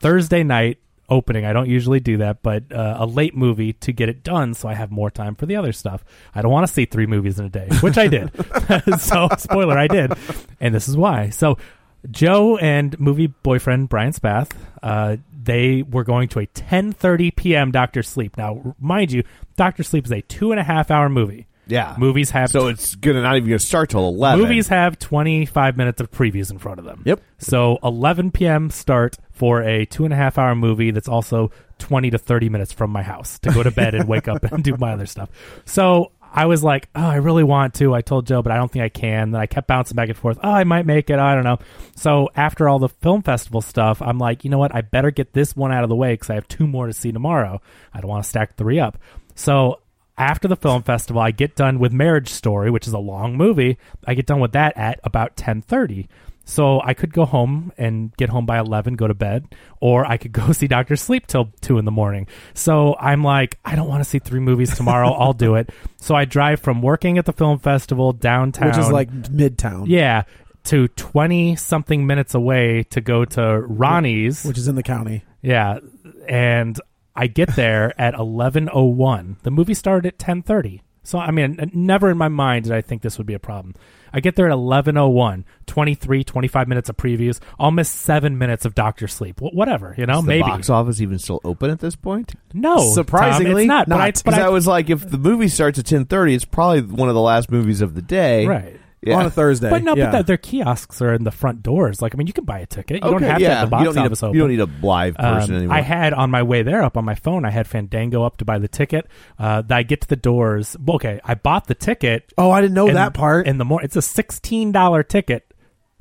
Thursday night opening. I don't usually do that, but uh, a late movie to get it done so I have more time for the other stuff. I don't want to see three movies in a day, which I did. *laughs* so, spoiler, I did. And this is why. So, Joe and movie boyfriend Brian Spath, uh, they were going to a 10.30 p.m. Doctor Sleep. Now, mind you, Doctor Sleep is a two and a half hour movie. yeah, Movies have so it's gonna not even gonna start till eleven. Movies have 25 minutes of previews in front of them. Yep. So 11 p.m. start for a two and a half hour movie that's also 20 to 30 minutes from my house to go to bed and wake up *laughs* and do my other stuff. So I was like, oh, I really want to. I told Joe, but I don't think I can. Then I kept bouncing back and forth. Oh, I might make it. I don't know. So after all the film festival stuff, I'm like, you know what? I better get this one out of the way because I have two more to see tomorrow. I don't want to stack three up. So after the film festival i get done with marriage story which is a long movie i get done with that at about 10.30 so i could go home and get home by 11 go to bed or i could *laughs* go see dr sleep till 2 in the morning so i'm like i don't want to see three movies *laughs* tomorrow i'll do it so i drive from working at the film festival downtown Which is like Midtown. yeah to 20 something minutes away to go to ronnie's which is in the county. yeah, and I get *laughs* there at 11:01. The movie started at 10:30. So I mean, n- never in my mind did I think this would be a problem. I get there at 11:01, 23, 25 minutes of previews. I'll miss 7 minutes of Doctor Sleep. Wh- whatever, you know, Is the oh, maybe. box office even still open at this point? No, Tom, Surprisingly it's not. But I, not. but Because I, I, was like, if the movie starts at ten thirty, it's probably one of the last movies of the day, right. Yeah. on a Thursday. But no, yeah. but the, their kiosks are in the front doors. Like, I mean, you can buy a ticket. You don't Okay, have yeah. to have the box you don't need office a, open. You don't need a live person Um, anymore. I had on my way there up on my phone. I had Fandango up to buy the ticket. Uh, I get to the doors. Okay, I bought the ticket. oh, I didn't know in- that part. in the morning. It's a sixteen dollar ticket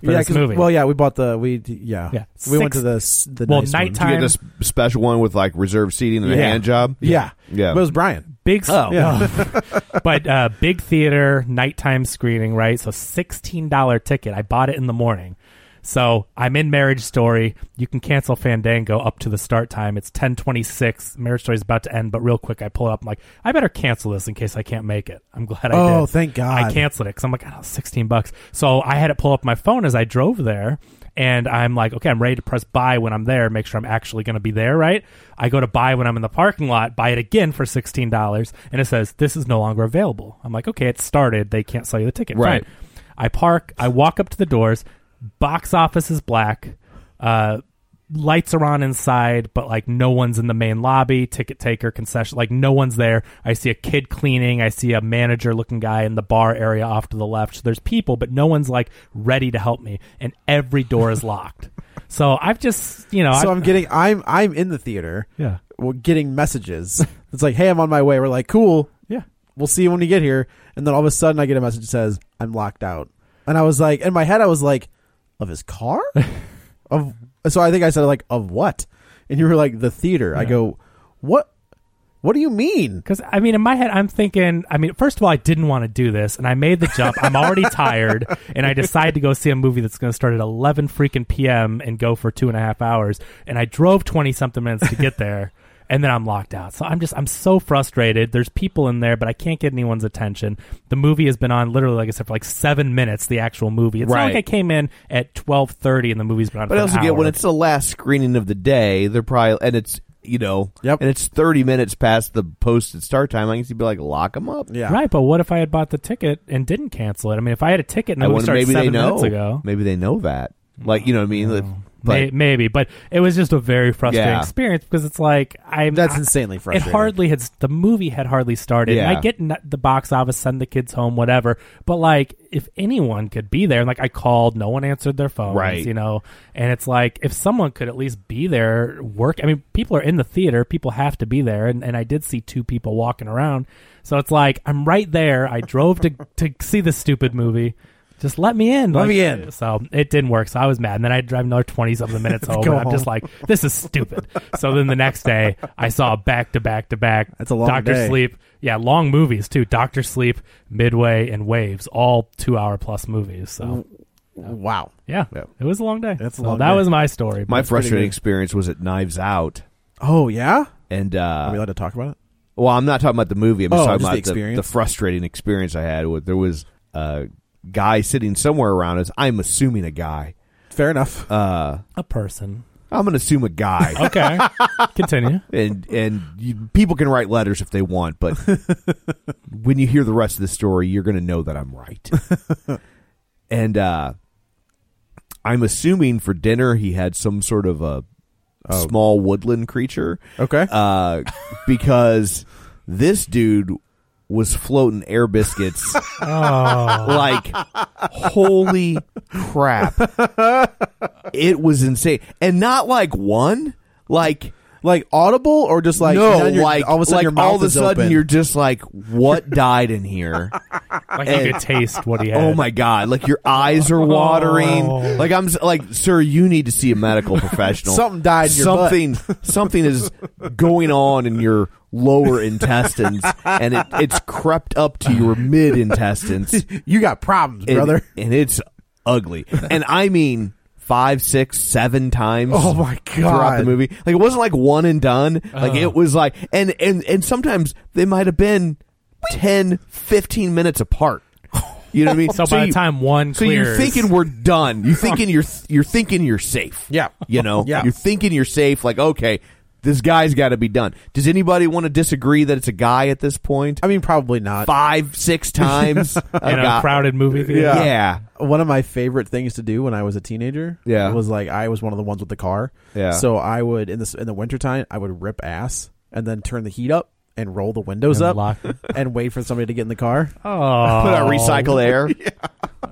for yeah, this 'cause- movie. Well, yeah, we bought the we yeah Yeah. we went Six- to the s- the Well, nice one. nighttime- Do you get this special one with like reserved seating and a Yeah. hand job? Yeah, Yeah. But it was Brian. big. Oh. *laughs* *laughs* but uh, big theater nighttime screening, right? So sixteen dollar ticket. I bought it in the morning. So I'm in Marriage Story. You can cancel Fandango up to the start time. It's ten twenty six. Marriage Story's about to end, but real quick, I pull it up. I'm like, I better cancel this in case I can't make it. I'm glad I did. Oh, thank God. I canceled it because I'm like, oh, 16 bucks. So I had it pull up my phone as I drove there. And I'm like, okay, I'm ready to press buy when I'm there, make sure I'm actually going to be there, right? I go to buy when I'm in the parking lot, buy it again for $16, and it says, this is no longer available. I'm like, okay, it started. They can't sell you the ticket. Right. Fine. I park, I walk up to the doors, box office is black, uh, lights are on inside, but like no one's in the main lobby, ticket taker, concession, like no one's there. I see a kid cleaning, I see a manager looking guy in the bar area off to the left. So there's people, but no one's like ready to help me, and every door is locked. *laughs* So I've just, you know, So I, I'm getting I'm I'm in the theater. yeah, We're *laughs* getting messages. It's like, hey, I'm on my way. We're like, cool. yeah. We'll see you when you get here. And then all of a sudden, I get a message that says I'm locked out. And I was like, in my head, I was like, of *laughs* his car. of so I think I said like of what? And you were like the theater. I go, what? What do you mean? Because I mean, in my head, I'm thinking. I mean, first of all, I didn't want to do this, and I made the jump. *laughs* I'm already tired, and I decide to go see a movie that's going to start at 11 freaking p.m. and go for two and a half hours. And I drove 20 something minutes to *laughs* get there, and then I'm locked out. So I'm just, I'm so frustrated. There's people in there, but I can't get anyone's attention. The movie has been on literally, like I said, for like seven minutes. The actual movie. It's not Right. like I came in at 12:30 and the movie's been on. But for I also an get when hour. it's the last screening of the day, they're probably and it's you know, Yep. and it's thirty minutes past the posted start time. I can see be like, lock them up. Yeah. Right, but what if I had bought the ticket and didn't cancel it? I mean, if I had a ticket and I the wonder movie started maybe they seven minutes know. ago, Maybe they know that. Like you know what I mean? But May maybe, but it was just a very frustrating Yeah. experience because it's like I'm That's I- insanely It frustrating. hardly had the movie had hardly started. And Yeah. I get n- the box office, send the kids home, whatever. But like, if anyone could be there, like I called, no one answered their phones, Right. You know, and it's like if someone could at least be there, work. I mean, people are in the theater, people have to be there, and, and I did see two people walking around. So it's like I'm right there. I drove to to see this stupid movie. Just let me in. Let like- me in. so it didn't work. So I was mad. And then I drive another 20 something minutes home. *laughs* Go and I'm just home. like, this is stupid. so then the next day, I saw back to back to back. That's a long Doctor day. Sleep. Yeah, long movies too. Doctor Sleep, Midway, and Waves, all two hour plus movies. So Wow. yeah, Yeah. it was a long day. Mm. That's a So long that day. was my story. my But- frustrating good. experience was at Knives Out, Oh yeah. and uh, Are we allowed to talk about it? Well, I'm not talking about the movie. I'm just Oh, talking just the about the, experience? the frustrating experience I had. With, there was a guy sitting somewhere around us. I'm assuming a guy. Fair enough. uh, a person. I'm going to assume a *laughs* Oh. guy. Okay. Continue. and and you, people can write letters if they want, *laughs* but when you hear the rest of the story, you're going to know that I'm right. *laughs* and uh, I'm assuming for dinner he had some sort of a Oh. small woodland creature. okay. uh, because this dude was floating air *laughs* biscuits. Oh. Like, holy crap. It was insane. And not like one, like. *laughs* like audible or just like no, now you're- like all of a sudden like your mouth all of a is sudden open. *laughs* you're just like, what died in here? Like you could taste what he had. Oh my god! Like your eyes are watering. Oh. Like I'm s- like, sir, you need to see a medical professional. Something died in your butt. something something is going on in your lower intestines, and it, it's crept up to your mid intestines, *laughs* and- you got problems, brother. *laughs* and it's ugly. And I mean five, six, seven times. Oh my Throughout the God. movie, like it wasn't like one and done. Uh-huh. Like it was like, and and and sometimes they might have been 10, 15 minutes apart. You know what I mean? *laughs* So, by you- the time one so clears, you're thinking we're *laughs* done. You're thinking you're you're thinking you're safe. Yeah. You know. Yeah. You're thinking you're safe. Like okay, This guy's got to be done. Does anybody want to disagree that it's a guy at this point? I mean, probably not. Five, *laughs* six *laughs* times a in a guy. crowded movie theater. Yeah. One of my favorite things to do when I was a teenager Yeah. was like I was one of the ones with the car. Yeah. So I would in this in the wintertime, I would rip ass and then turn the heat up and roll the windows And up lock- *laughs* and wait for somebody to get in the car. Oh, Put out recycle *laughs* air.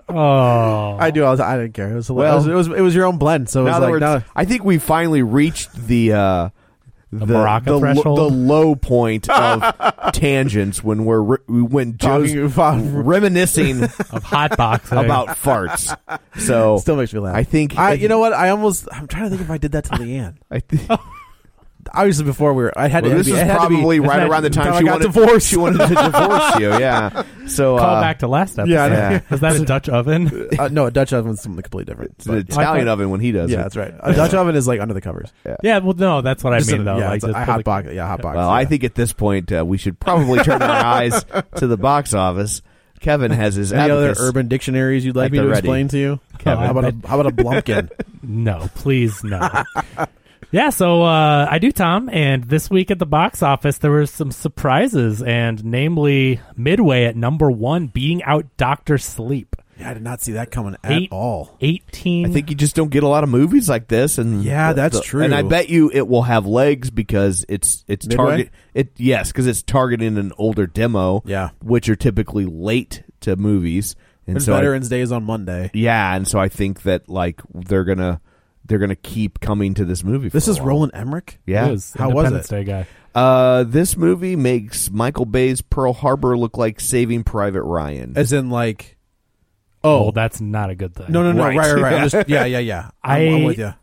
Oh, I do. I, was, I didn't care. It was, Well- well, it was it was your own blend. So it In was other like words, *laughs* no, I think we finally reached the uh, the Baraka the, lo- threshold? the low point *laughs* of tangents when we're re- when Joe's Talking *laughs* about- *laughs* reminiscing *laughs* of hot boxing about farts. So still makes me laugh. I think I you know what I almost I'm trying to think if I did that to Leanne. *laughs* I think *laughs* Obviously, before we were, I had well, to. this it is had to be- *laughs* probably right that around the time time I she got wanted divorced? She *laughs* wanted to divorce you. Yeah. So Call uh, back to last episode. Yeah, I *laughs* know. Yeah. Is *laughs* that a Dutch oven? *laughs* uh, no, a Dutch oven's something completely different. it's but- the Italian oven when he does. yeah, it. that's right. A Dutch oven is like under the covers. yeah, well, no, that's what I Just mean a- though. yeah, like it's a- just I put hot the- box. Yeah, hot box. Well, yeah. I think at this point uh, we should probably turn *laughs* our eyes to the box office. Kevin has his Any other abacus. urban dictionaries you'd like At me the to ready. explain to you? Kevin. How about a, how about a *laughs* blumpkin? No, please *laughs* no. yeah, so uh, I do, Tom. And this week at the box office, there were some surprises, and namely Midway at number one, beating out Doctor Sleep. yeah, I did not see that coming Eight- at all. Eighteen. I think you just don't get a lot of movies like this, and Yeah, that's true. And I bet you it will have legs because it's it's Midway? target it yes because it's targeting an older demo, Yeah. which are typically late to movies, and It's so I- Veterans Day is on Monday. yeah, and so I think that like they're gonna they're gonna keep coming to this movie. This for a is while. Roland Emmerich. Yeah, It was How was Independence it? Day guy. Uh, this movie makes Michael Bay's Pearl Harbor look like Saving Private Ryan. as in like Oh, that's not a good thing. no, no, no, Right. right, right, right. I'm just, yeah, yeah, yeah. I'm, I'm I- with you.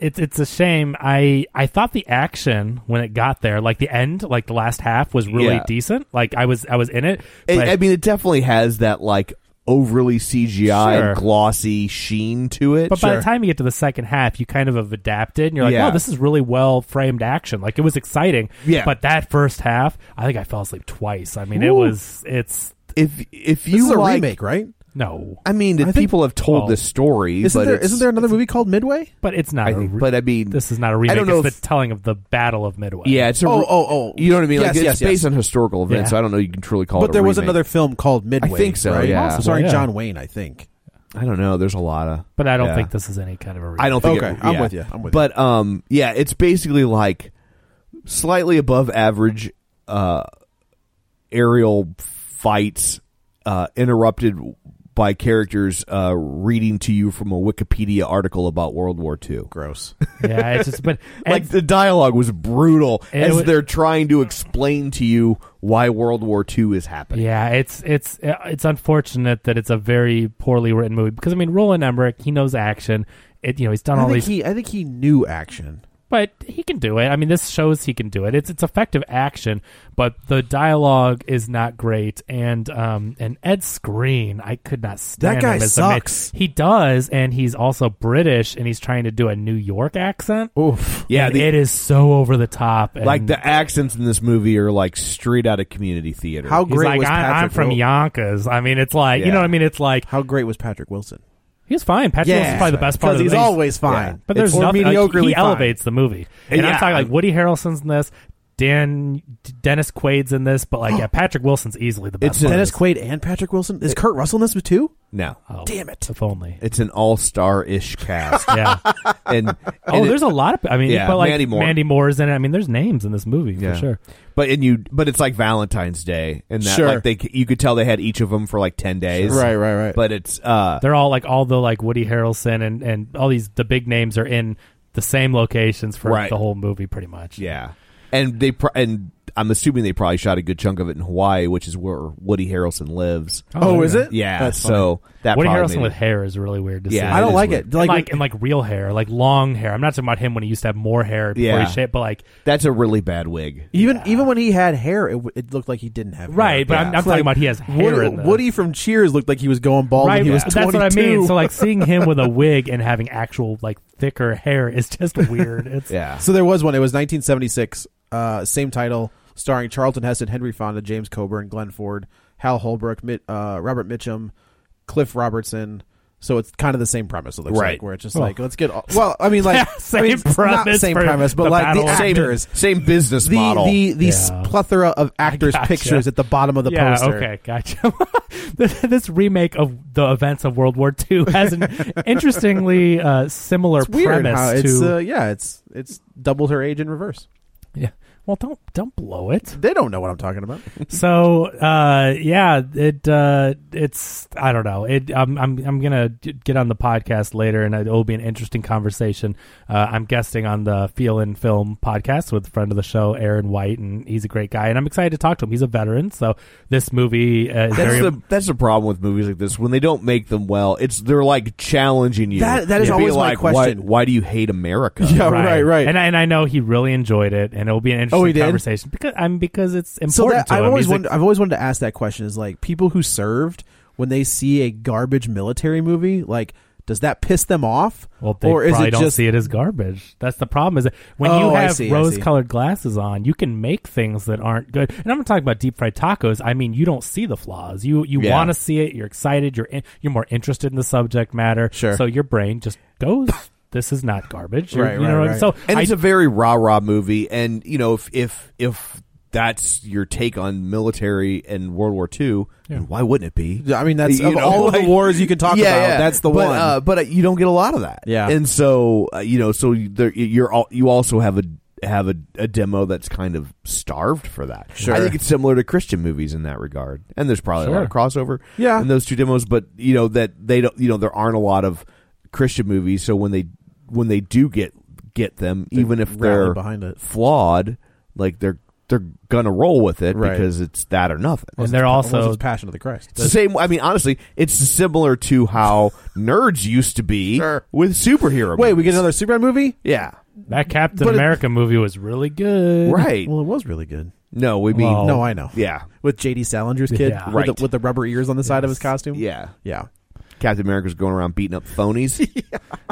it's it's a shame. I I thought the action when it got there, like the end, like the last half, was really Yeah. decent. Like I was I was in it. It- but- I mean, it definitely has that like overly CGI Sure. glossy sheen to it. But by the time you get to the second half, you kind of have adapted, and you're like, Yeah. "Oh, this is really well framed action. Like it was exciting." Yeah. But that first half, I think I fell asleep twice. I mean, it Woo. was it's if if This you is a like, remake, right? no, I mean, I think- people have told Oh. this story, Isn't but there it's- isn't there another movie called Midway? but it's not. I a think, re- but I mean, this is not a I remake. don't know it's if- the telling of the Battle of Midway. yeah, it's a. Oh, re- oh, oh. You know what I mean? like Yes, it's yes, based yes. on historical events, Yeah. so I don't know. You can truly call it. But a there was remake. another film called Midway. think so, Right? yeah. Possible, Sorry, yeah. John Wayne. I think. I don't know. There's a lot of. but I don't Yeah. think this is any kind of a remake. I don't think. Okay, it- I'm yeah. with you. I'm with but, um, yeah, it's basically like slightly above average uh, aerial fights uh, interrupted by characters uh, reading to you from a Wikipedia article about World War II. Gross. *laughs* Yeah, it's *laughs* just but Like and- the dialogue was brutal And it as wa- they're trying to explain to you why World War II is happening. Yeah, it's it's uh, it's unfortunate that it's a very poorly written movie because I mean Roland Emmerich, he knows action. It you know he's done *laughs* I all think these, he. I think he knew action. but he can do it. I mean, this shows he can do it. It's it's effective action, but the dialogue is not great. And um and Ed Screen, I could not stand That guy him as a man. sucks. He does, and he's also British, and he's trying to do a New York accent. Oof. Yeah, And the- it is so over the top. And Like the accents in this movie are like straight out of community theater. How He's great like, was I, Patrick? I'm from Wil- Yonkers. I mean, it's like, you Yeah. know what I mean? It's like, How great was Patrick Wilson? he's fine. Patrick Wilson's probably the best part of because the he's thing. always fine. Yeah. But there's Or nothing. Like, mediocrely he fine. elevates the movie, and I'm Uh, Yeah. talking like Woody Harrelson's in this, Dan Dennis Quaid's in this, but *gasps* like yeah, Patrick Wilson's easily the best. It's uh, a- one. Dennis Quaid and Patrick Wilson. Is Kurt Russell in this too? No. Oh, damn it. If only. It's an all star ish *laughs* cast. Yeah. *laughs* and, and Oh, it- there's a lot of. I mean, Yeah, but like Mandy Moore. Moore's in it. I mean, there's names in this movie Yeah. for sure. but and you but it's like Valentine's Day and that Sure. like they c- you could tell they had each of them for like ten days. Right, right, right. But it's uh They're all like all the like Woody Harrelson and and all these the big names are in the same locations for Right. the whole movie pretty much. yeah, and they pr- and I'm assuming they probably shot a good chunk of it in Hawaii, which is where Woody Harrelson lives. Oh, is it? Yeah, That's so that Woody probably Harrelson made with it- hair is really weird to see. Yeah, I it don't is like weird. it. And Like, like and like real hair, like long hair. I'm not talking about him when he used to have more hair before Yeah. he shaved, but like That's a really bad wig. even even when he had hair, it, w- it looked like he didn't have hair. Right, but I'm- I'm It's talking about he has hair Woody, in this. Woody from Cheers looked like he was going bald when he was but 22. That's what I mean. So like seeing him *laughs* with a wig and having actual like thicker hair is just weird. It's Yeah, So there was one. It was 1976. Uh, same title, starring Charlton Heston, Henry Fonda, James Coburn, Glenn Ford, Hal Holbrook, Mit, uh, Robert Mitchum, Cliff Robertson, So it's kind of the same premise. It looks Right. like where it's just like let's get all, well. I mean, like Same I mean, it's not premise same for premise, but the like the battle. Same- actors, Same business the model. the the s- Yeah. plethora of actors' gotcha. pictures at the bottom of the yeah, poster. okay, gotcha. *laughs* this, this remake of the events of World War II has an *laughs* interestingly uh, similar It's weird premise how to. it's uh, yeah, it's it's doubled her age in reverse. yeah. Well, don't don't blow it. They don't know what I'm talking about. So, uh, yeah, it uh, it's I don't know. It I'm I'm I'm gonna d- get on the podcast later, and it'll be an interesting conversation. Uh, I'm guesting on the Feel and Film podcast with a friend of the show, Aaron White, and he's a great guy, and I'm excited to talk to him. He's a veteran, so this movie uh, is That's very the that's the problem with movies like this when they don't make them well. It's they're like challenging you. That- that is To be always my like, why- question. Why, do you hate America? *laughs* Yeah, right, right. Oh, And I, and I know he really enjoyed it, and it'll be an interesting he did? conversation because I'm because it's important. So that, to I've him. always He's a- wondered, I've always wanted to ask that question: is like people who served when they see a garbage military movie, like does that piss them off, well, they or is probably it don't just see it as garbage. That's the problem. Is that when Oh, you I have see, I see. rose-colored glasses on, you can make things that aren't good. And I'm not talking about deep fried tacos. I mean, you don't see the flaws. You you Yeah. want to see it. You're excited. You're in, you're more interested in the subject matter. Sure. So your brain just goes. This is not garbage. You're- Right, you know right, what I mean? right. So and I it's a very rah rah movie. And you know, if if if that's your take on military and World War II, then why wouldn't it be? I mean, that's- You of all of the wars you can talk yeah, about, yeah. that's the But, one. Uh, but uh, you don't get a lot of that. Yeah. and so uh, you know, so you- there, you're all, you also have a have a, a demo that's kind of starved for that. Sure. I think it's similar to Christian movies in that regard, and there's probably a lot of crossover. Yeah. in those two demos, but you know that they don't. You know, there aren't a lot of Christian movies, so when they when they do get get them, even if rally they're behind it. flawed, like they're they're gonna roll with it Right. because it's that or nothing. and they're Well, also it's Passion of the Christ? It's the same. I mean, honestly, it's similar to how nerds used to be with superhero. Wait, we movies. get another Superman movie? yeah, that Captain but it- America movie was really good. right. Well, it was really good. No, we mean Well- Oh. No, I know. yeah, With J.D. Salinger's kid, Yeah. with, Right. the, with the rubber ears on the side of his costume. yeah. yeah. Captain America's going around beating up *laughs* phonies.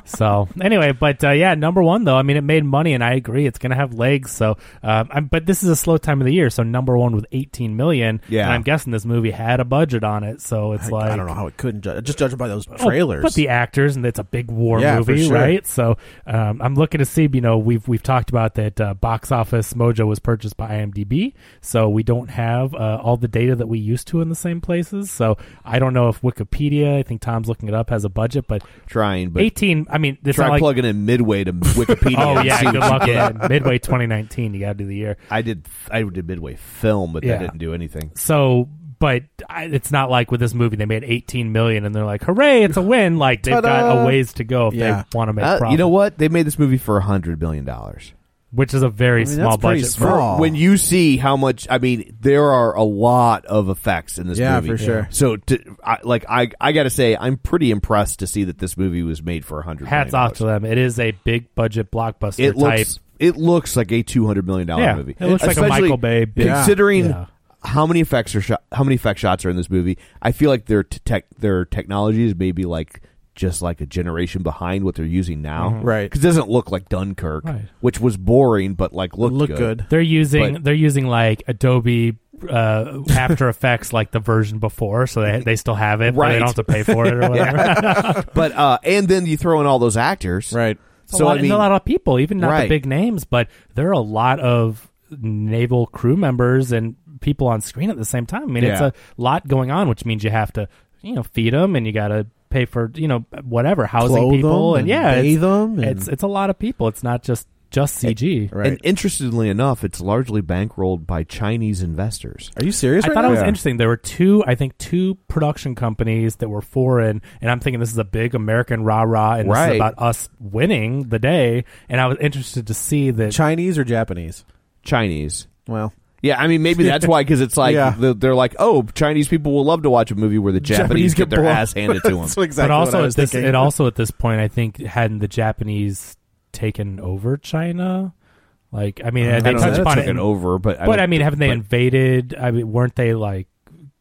So anyway, but uh, yeah, number one though. I mean, it made money, and I agree, it's going to have legs. So, um, I'm, but this is a slow time of the year, so number one with 18 million. Yeah. and I'm guessing this movie had a budget on it, so it's I, like I don't know how it couldn't judge. Just judging by those Oh, trailers. but the actors, and it's a big war Yeah, for movie, sure. right? So um, I'm looking to see. You know, we've we've talked about that uh, box office mojo was purchased by IMDb, so we don't have uh, all the data that we used to in the same places. So I don't know if Wikipedia. I think Tom's looking it up has a budget, but. Trying, but 18. I mean, it's try not like plugging in midway *laughs* to Wikipedia. Oh and yeah, see good what you luck with get. that. Midway 2019, you got to do the year. I did. I did midway film, but Yeah. that didn't do anything. So, but I, it's not like with this movie they made 18 million and they're like, "Hooray, it's a win!" Like they've got Ta-da. a ways to go if Yeah. they want to make Uh, profit. you know what? They made this movie for a hundred million dollars. Which is a very I mean, small that's pretty budget. small. Oh. When you see how much, I mean, there are a lot of effects in this Yeah, movie. for sure. So, to, I, like, I, I got to say, I'm pretty impressed to see that this movie was made for a hundred. Hats off to them. It is a big budget blockbuster It type. looks, it looks like a two hundred million dollar Yeah, movie. it looks like a Especially Michael Bay big- Considering Yeah. how many effects are shot, how many effect shots are in this movie, I feel like their t- tech, their technology is maybe like just like a generation behind what they're using now. Right. Because it doesn't look like Dunkirk, Mm-hmm. Right. which was boring, but like looked look good. good. they're using But- they're using like Adobe uh, After Effects, like the version before, so they they still have it, but Right. they don't have to pay *laughs* for it or whatever. But uh, and then you throw in all those actors, Right. so So a lot, I mean, and a lot of people, even not the Right. big names, but there are a lot of naval crew members and people on screen at the same time. I mean, it's Yeah. a lot going on, which means you have to, you know, feed them and you got to pay for, you know, whatever housing Clothe people and 'em and yeah, bathe it's, 'em and- it's it's a lot of people. It's not just just CG. Right. and interestingly enough, it's largely bankrolled by Chinese investors. Are you serious? I right thought now? it was interesting. There were two, I think, two production companies that were foreign, and I'm thinking this is a big American rah rah, and this Right. is about us winning the day. And I was interested to see that Chinese or Japanese? Chinese. Well, Yeah, I mean maybe that's why because it's *laughs* like Yeah. the, they're like, oh, Chinese people will love to watch a movie where the Japanese, get their blown. ass *laughs* handed *laughs* to them. That's exactly but what I also was at this, thinking. *laughs* it also at this point, I think hadn't the Japanese taken over China? Like, I mean, I they don't know, touched that upon took it, in- over, but but I mean, haven't they but- invaded? I mean, weren't they like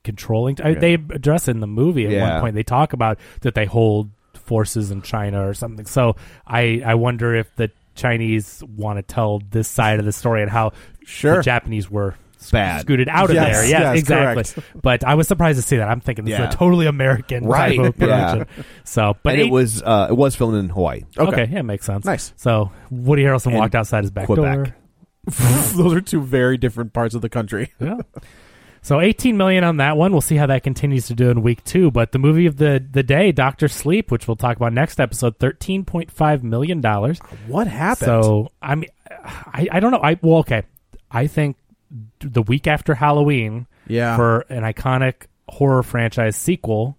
controlling? I, They address it in the movie at Yeah. one point. They talk about that they hold forces in China or something. So I, I wonder if the Chinese want to tell this side of the story and how Sure. the Japanese were bad. scooted out of Yes, there. Yes, yes, exactly. But I was surprised to see that. I'm thinking this Yeah. is a totally American Right, type of yeah. production. So, but and eight- it was uh, it was filmed in Hawaii. okay. Yeah, makes sense. Nice. So Woody Harrelson And walked outside his back Quebec. door. Those are two very different parts of the country. Yeah. So 18 million on that one. We'll see how that continues to do in week 2, but the movie of the the day, Doctor Sleep, which we'll talk about next episode, 13.5 million dollars. What happened? So, I mean I I don't know. I well, okay. I think the week after Halloween Yeah. for an iconic horror franchise sequel,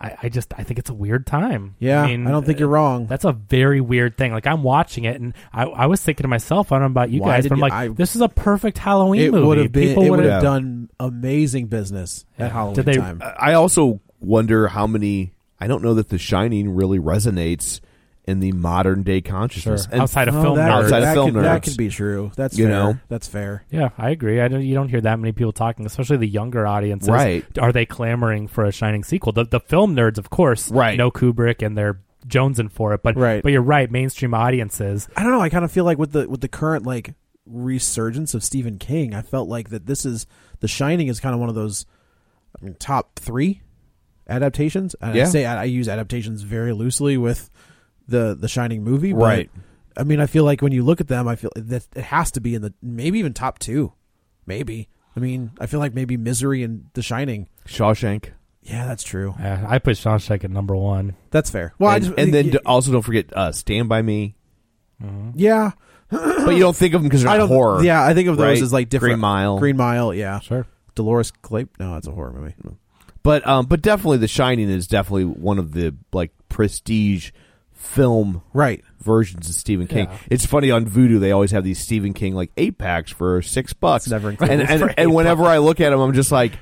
I, I just I think it's a weird time. yeah, I, uh, mean, don't think you're wrong. that's a very weird thing. Like I'm watching it, and I, I was thinking to myself, I don't know about you Why guys, did but I'm you- like, I- this is a perfect Halloween it movie. would have been. People It would would have have done amazing business at Halloween Did they- time. I also wonder how many. I don't know that The Shining really resonates in the modern day consciousness Sure. Outside of film that, nerds. Oh, Outside of that film could, That nerds. could be true. That's You fair. know? That's fair. Yeah, I agree. I don't. You don't hear that many people talking, especially the younger audiences. Right. Are they clamoring for a Shining sequel? The, the film nerds, of course, Right. know Kubrick and they're jonesing for it. But Right. But you're right. Mainstream audiences. I don't know. I kind of feel like with the with the current like resurgence of Stephen King, I felt like that this is The Shining is kind of one of those I mean, top three adaptations. And Yeah. I say I, I use adaptations very loosely with the the Shining movie, but, Right. I mean, I feel like when you look at them, I feel that it has to be in the maybe even top two, maybe. I mean, I feel like maybe Misery and The Shining. Shawshank. Yeah, that's true. Uh, I put Shawshank at number one. That's fair. Well, and, I just, and then d y- also don't forget uh, Stand by Me. yeah, But you don't think of them because they're *clears throat* I not don't. horror. Yeah, I think of those right? as like different. Green Mile. Green Mile. Yeah, Sure. Dolores Clape. No, that's a horror movie. But um, but definitely The Shining is definitely one of the like prestige film Right. versions of Stephen King. It's funny on Voodoo they always have these Stephen King like eight packs for six bucks. It's never and included *laughs* and, and whenever I look at them, I'm just like,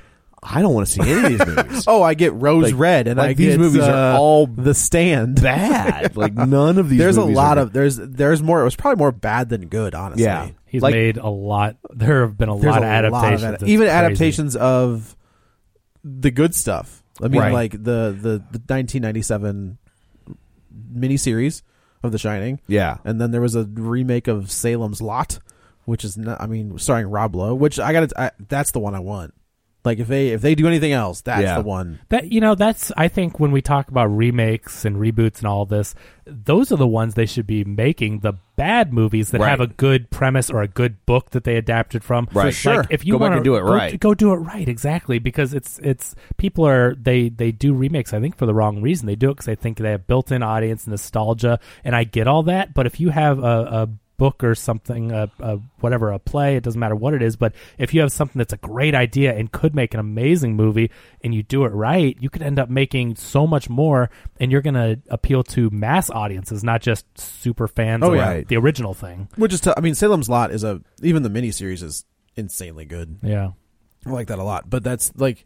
I don't want to see any *laughs* of these movies. Oh, I get Rose Like- Red, and like I these get, movies are uh, all The Stand. bad. Like none of these. *laughs* There's a movies lot are of there's there's more. It was probably more bad than good, honestly. yeah. He's like made a lot. There have been a There's lot of a lot adaptations. of ad- It's even crazy. adaptations of the good stuff. I mean, Right. like the the the 1997 miniseries of The Shining. yeah. and then there was a remake of Salem's Lot, which is not, I mean, starring Rob Lowe, which I got to that's the one I want. Like if they if they do anything else, that's Yeah. the one. That you know, that's I think when we talk about remakes and reboots and all this, those are the ones they should be making the bad movies that Right. have a good premise or a good book that they adapted from. Right. Like, sure. if you Go back wanna and do it go- right. go do it right exactly because it's it's people are they they do remakes I think for the wrong reason. They do it because they think they have built-in audience nostalgia, and I get all that. But if you have a, a book or something, a, a whatever, a play, it doesn't matter what it is. But if you have something that's a great idea and could make an amazing movie, and you do it right, you could end up making so much more, and you're gonna appeal to mass audiences, not just super fans. Oh, or yeah. the original thing. Which is t- I mean, Salem's Lot is a even the miniseries is insanely good. Yeah. I like that a lot, but that's like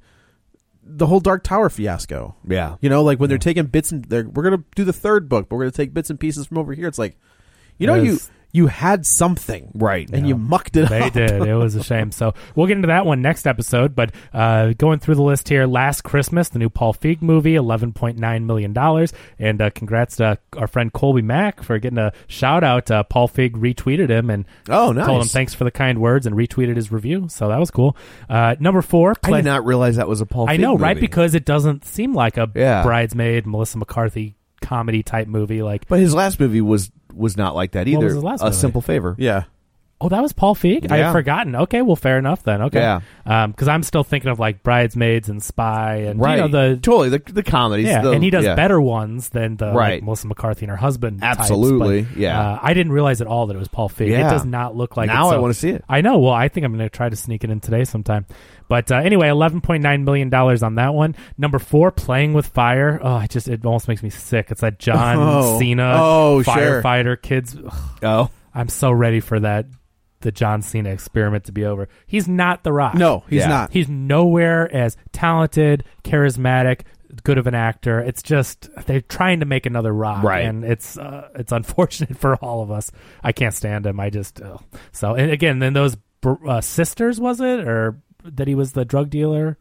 the whole Dark Tower fiasco. Yeah. You know, like when they're taking bits and they're we're gonna do the third book, but we're gonna take bits and pieces from over here. It's like, you know, you Yes. you had something Right. and you mucked *laughs* it They up. did. It was a shame. So we'll get into that one next episode. But uh, going through the list here, Last Christmas, the new Paul Feig movie, eleven point nine million dollars, and uh, congrats to our friend Colby Mack for getting a shout out. Uh, Paul Feig retweeted him and Oh, nice. told him thanks for the kind words and retweeted his review. So that was cool. Uh, number four, I play- did not realize that was a Paul. I Feig know, right? movie. Because it doesn't seem like a Yeah. bridesmaid, Melissa McCarthy comedy type movie. Like, but his last movie was was not like that either. was his last a movie? simple favor. yeah. Oh, that was Paul Feig. I Yeah. had forgotten. Okay, well, fair enough then. Okay, Yeah. Because I'm still thinking of like bridesmaids and spy and Right. you know the totally the the comedies. yeah, the- and he does yeah. better ones than the like, Right. Melissa McCarthy and her husband. types, Absolutely, but, yeah. uh, I didn't realize at all that it was Paul Feig. Yeah. It does not look like Now I it, so- wanna see it. I know. Well, I think I'm going to try to sneak it in today sometime. But uh, anyway, 11.9 million dollars on that one. Number four, Playing with Fire. Oh, it just it almost makes me sick. It's *laughs* that John Oh. Cena Oh, sure. firefighter kids. Ugh. Oh, I'm so ready for that the John Cena experiment to be over. He's not The Rock. No, he's Yeah. not. He's nowhere as talented, charismatic, good of an actor. It's just they're trying to make another Rock, Right. And it's uh, it's unfortunate *laughs* for all of us. I can't stand him. I just ugh. so and again then those br- uh, sisters was it or that he was the drug dealer?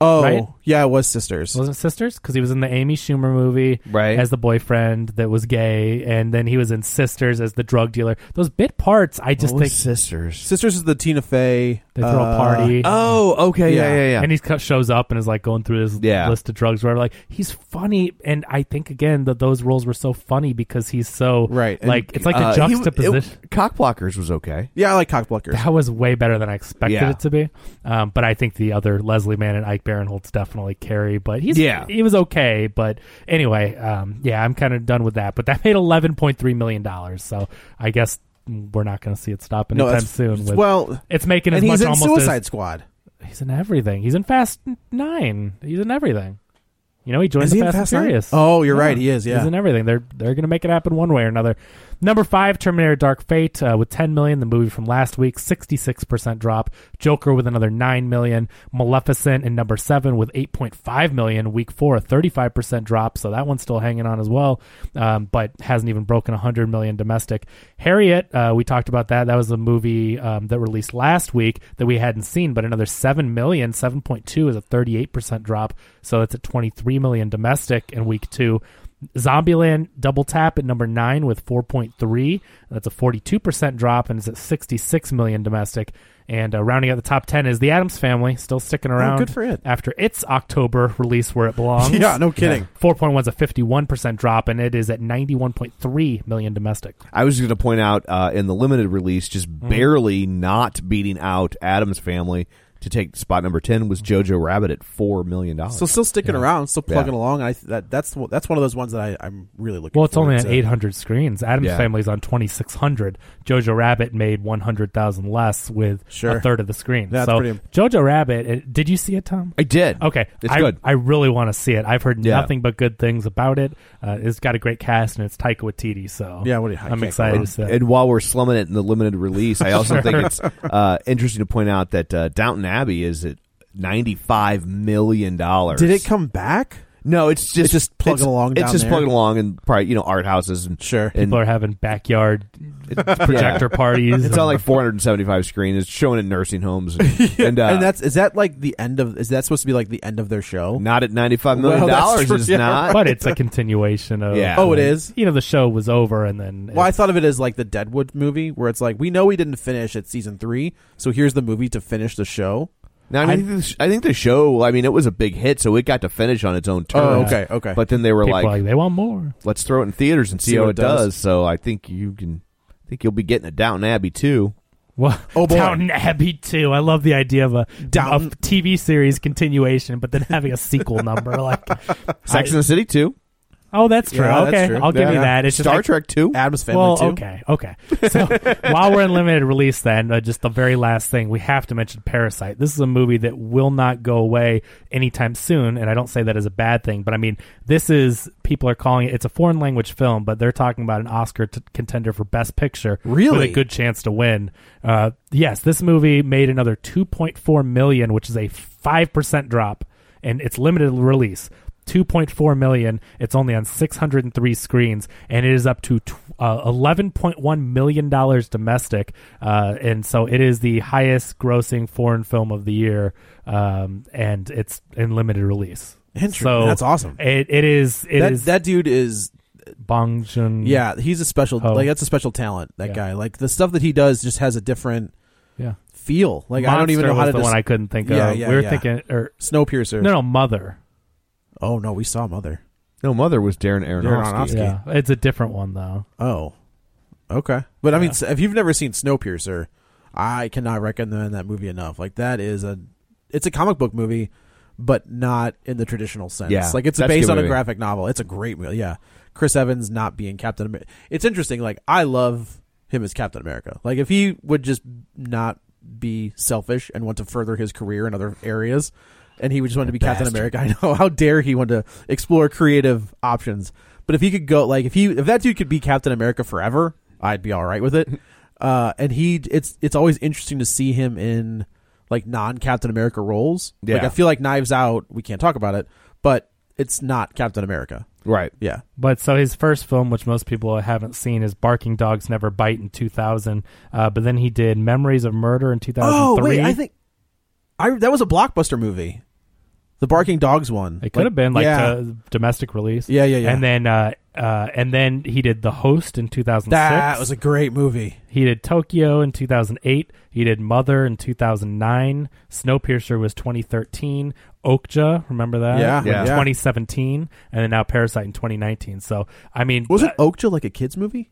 Oh, Right? yeah, it was sisters. Wasn't it Sisters? Because he was in the Amy Schumer movie Right. as the boyfriend that was gay, and then he was in Sisters as the drug dealer. Those bit parts, I just What was think sisters. sisters is the Tina Fey. they throw uh, a party. Oh, okay, yeah, Yeah. yeah, yeah. And he co- shows up and is like going through his Yeah. list of drugs, whatever. Like he's funny, and I think again that those roles were so funny because he's so Right, and, Like it's like Uh, a he w- juxtaposition. it- Cockblockers was okay. Yeah, I like cockblockers. that was way better than I expected Yeah. it to be. Um, but I think the other Leslie Mann and Ike Barinholtz definitely carry. But he's Yeah. he was okay. But anyway, um, yeah, I'm kind of done with that. But that made 11.3 million dollars. So I guess we're not going to see it stop anytime that's- soon. With, well, it's making as and much he's in almost Suicide Squad. as he's in everything. He's in Fast Nine. He's in everything. You know, he joins Is the he in Fast, Fast and Nine? Furious. Oh, you're right. He is, yeah. he's in everything. They're they're gonna make it happen one way or another. Number five, Terminator: Dark Fate uh, with 10 million. The movie from last week, 66 percent drop. Joker with another 9 million. Maleficent in number seven with 8.5 million. Week four, a 35 percent drop. So that one's still hanging on as well, um, but hasn't even broken 100 million domestic. Harriet, uh, we talked about that. That was a movie um, that released last week that we hadn't seen, but another 7 million, 7.2 is a 38 percent drop. So that's at 23 million domestic in week two. Zombieland Double Tap at number nine with 4.3. That's a 42% drop and is at 66 million domestic. And uh, rounding out the top 10 is The Adams Family, still sticking around. Oh, good for it. After its October release where it belongs. *laughs* Yeah, no kidding. 4.1 is a 51% drop and it is at 91.3 million domestic. I was going to point out uh, in the limited release, just Mm-hmm. barely not beating out Adam's family to take spot number ten was Jojo Rabbit at four million dollars. So still sticking around, still plugging Yeah. along. I that that's one- that's one of those ones that I, I'm really looking. Well, it's only forward on to. 800 screens. Adam's Yeah. Family's on 2,600. Jojo Rabbit made 100,000 less with Sure. a third of the screen. That's so pretty- Jojo Rabbit, it, did you see it, Tom? I did. Okay, it's I, good. I really want to see it. I've heard Yeah. nothing but good things about it. Uh, it's got a great cast, and it's Taika Waititi. So Yeah, what do you- I I'm can't excited to see. it. and while we're slumming it in the limited release, I also *laughs* think it's uh, interesting to point out that uh, Downton Abbey is at ninety five million dollars. Did it come back? No, it's just It's just plugging it's- along It's down just there? plugging along and probably you know art houses and Sure. and People are having backyard *laughs* projector parties. It's on like 475 screen. It's showing at nursing homes, *laughs* and, and, uh, and that's is that like the end of is that supposed to be like the end of their show? not at 95 million Well, that's dollars. true. It's Yeah, not. but it's a continuation of. Yeah. Oh, it is? You know, the show was over, and then Well, I it's- thought of it as like the Deadwood movie, where it's like we know we didn't finish at season three, so here's the movie to finish the show. No, I, mean, I, think the, I think the show. I mean, it was a big hit, so it got to finish on its own terms. Oh, okay, okay. But then they were people like, were like they want more. "Let's throw it in theaters and see, how it does. So I think you can. I think you'll be getting a Downton Abbey too. Well, Oh, boy. Downton Abbey too. I love the idea of a, Downton- a TV series continuation, but then having a sequel number. Like, Sex and the City too. oh, that's true. Yeah, okay, that's true. I'll give Yeah. you that. It's just Star like- Trek too. Adam's Family too. okay, okay. So *laughs* while we're in limited release, then uh, just the very last thing we have to mention: Parasite. This is a movie that will not go away anytime soon, and I don't say that as a bad thing, but I mean this is people are calling it. It's a foreign language film, but they're talking about an Oscar t- contender for Best Picture. Really? with a good chance to win. Uh, yes, this movie made another 2.4 million, which is a five percent drop, and it's limited release. 2.4 million. It's only on 603 screens, and it is up to tw- uh, 11.1 million dollars domestic, uh, and so it is the highest-grossing foreign film of the year, um, and it's in limited release. Interesting. So That's awesome. It, it is. It That, is that dude is Bong Joon. yeah, he's a special Oh. like that's a special talent. That Yeah. guy, like the stuff that he does, just has a different yeah. feel. Like I don't even Monster know how was to. the Dis- one I couldn't think Yeah, of. yeah, we were yeah. thinking or Snowpiercer. no, no, Mother. Oh no, we saw Mother. No, Mother was Darren Aronofsky. Aronofsky. Yeah, it's a different one though. Oh, okay. But I mean, s- if you've never seen Snowpiercer, I cannot recommend that movie enough. Like that is a, it's a comic book movie, but not in the traditional sense. Yeah, like it's that's a based good on a movie. graphic novel. It's a great movie. Yeah, Chris Evans not being Captain America. It's interesting. Like I love him as Captain America. Like if he would just not be selfish and want to further his career in other areas. And he would just wanted to be Captain America. I know *laughs* how dare he want to explore creative options. But if he could go, like if he, if that dude could be Captain America forever, I'd be all right *laughs* with it. Uh, and he, it's it's always interesting to see him in like non Captain America roles. Like Yeah. I feel like Knives Out, we can't talk about it, but it's not Captain America. Right. Yeah, But so his first film, which most people haven't seen, is Barking Dogs Never Bite in 2000. Uh, but then he did Memories of Murder in 2003. Oh wait, I think I that was a blockbuster movie. The barking dogs one. It could have been like yeah, to- domestic release. Yeah, yeah, yeah. And then uh, uh, and then he did The Host in 2006. that was a great movie. he did Tokyo in 2008. He did Mother in 2009. Snowpiercer was 2013. Okja, remember that? Yeah, Was yeah. 2017, and then now Parasite in 2019. So I mean, Was uh, it Oakja like a kids movie?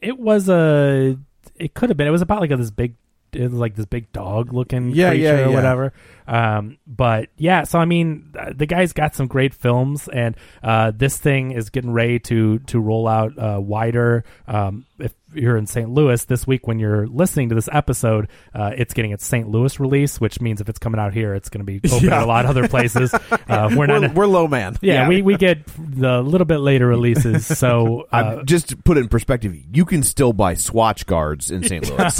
It was a. It could have been. It was about like this big, it was like this big dog looking Yeah, creature yeah, or yeah. whatever. Um, but yeah, so I mean, uh, the guy's got some great films, and uh, this thing is getting ready to to roll out uh, wider. Um, if you're in St. Louis this week, when you're listening to this episode, uh, it's getting its St. Louis release, which means if it's coming out here, it's going to *laughs* be open Yeah. at a lot of other places. Uh, we're We're, not. we're low man. yeah, we, we get the little bit later releases, *laughs* so uh, I'm, just to put it in perspective, you can still buy Swatch guards in *laughs* St. Louis.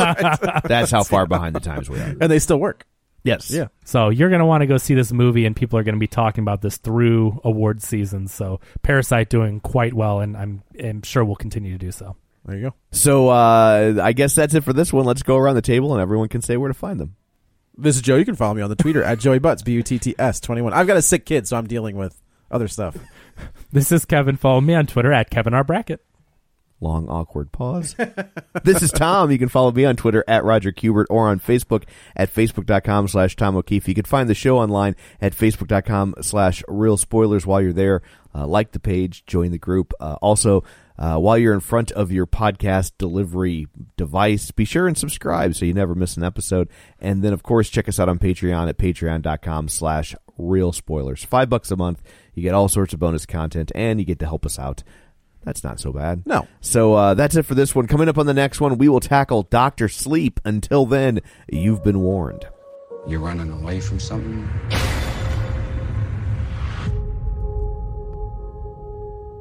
That's how far behind the times we are. and they still work. Yes. Yeah. So you're going to want to go see this movie, and people are going to be talking about this through award season. So Parasite doing quite well, and I'm, I'm sure will continue to do so. There you go. So uh, I guess that's it for this one. Let's go around the table and everyone can say where to find them. This is Joe. You can follow me on the Twitter at Joey Butts B U T T S twenty one. I've got a sick kid, so I'm dealing with other stuff. This is Kevin. Follow me on Twitter at Kevin R Brackett. Long awkward pause. this is Tom. You can follow me on Twitter at Roger Kubert or on Facebook at Facebook.com slash Tom O'Keefe. You can find the show online at Facebook.com slash Real Spoilers while you're there. Uh, like the page, join the group. Uh, also, uh, while you're in front of your podcast delivery device, be sure and subscribe so you never miss an episode. And then, of course, check us out on Patreon at patreon.com slash real spoilers. Five bucks a month. You get all sorts of bonus content and you get to help us out. That's not so bad. No. So uh, that's it for this one. Coming up on the next one, we will tackle Dr. Sleep. Until then, you've been warned. You're running away from something?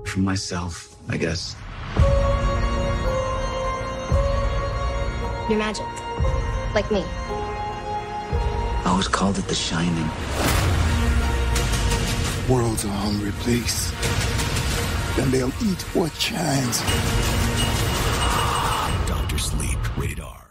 From myself, I guess. You're magic. Like me. I always called it the shining. World's a hungry place. And they'll eat what shines. Dr. Sleep, rated R.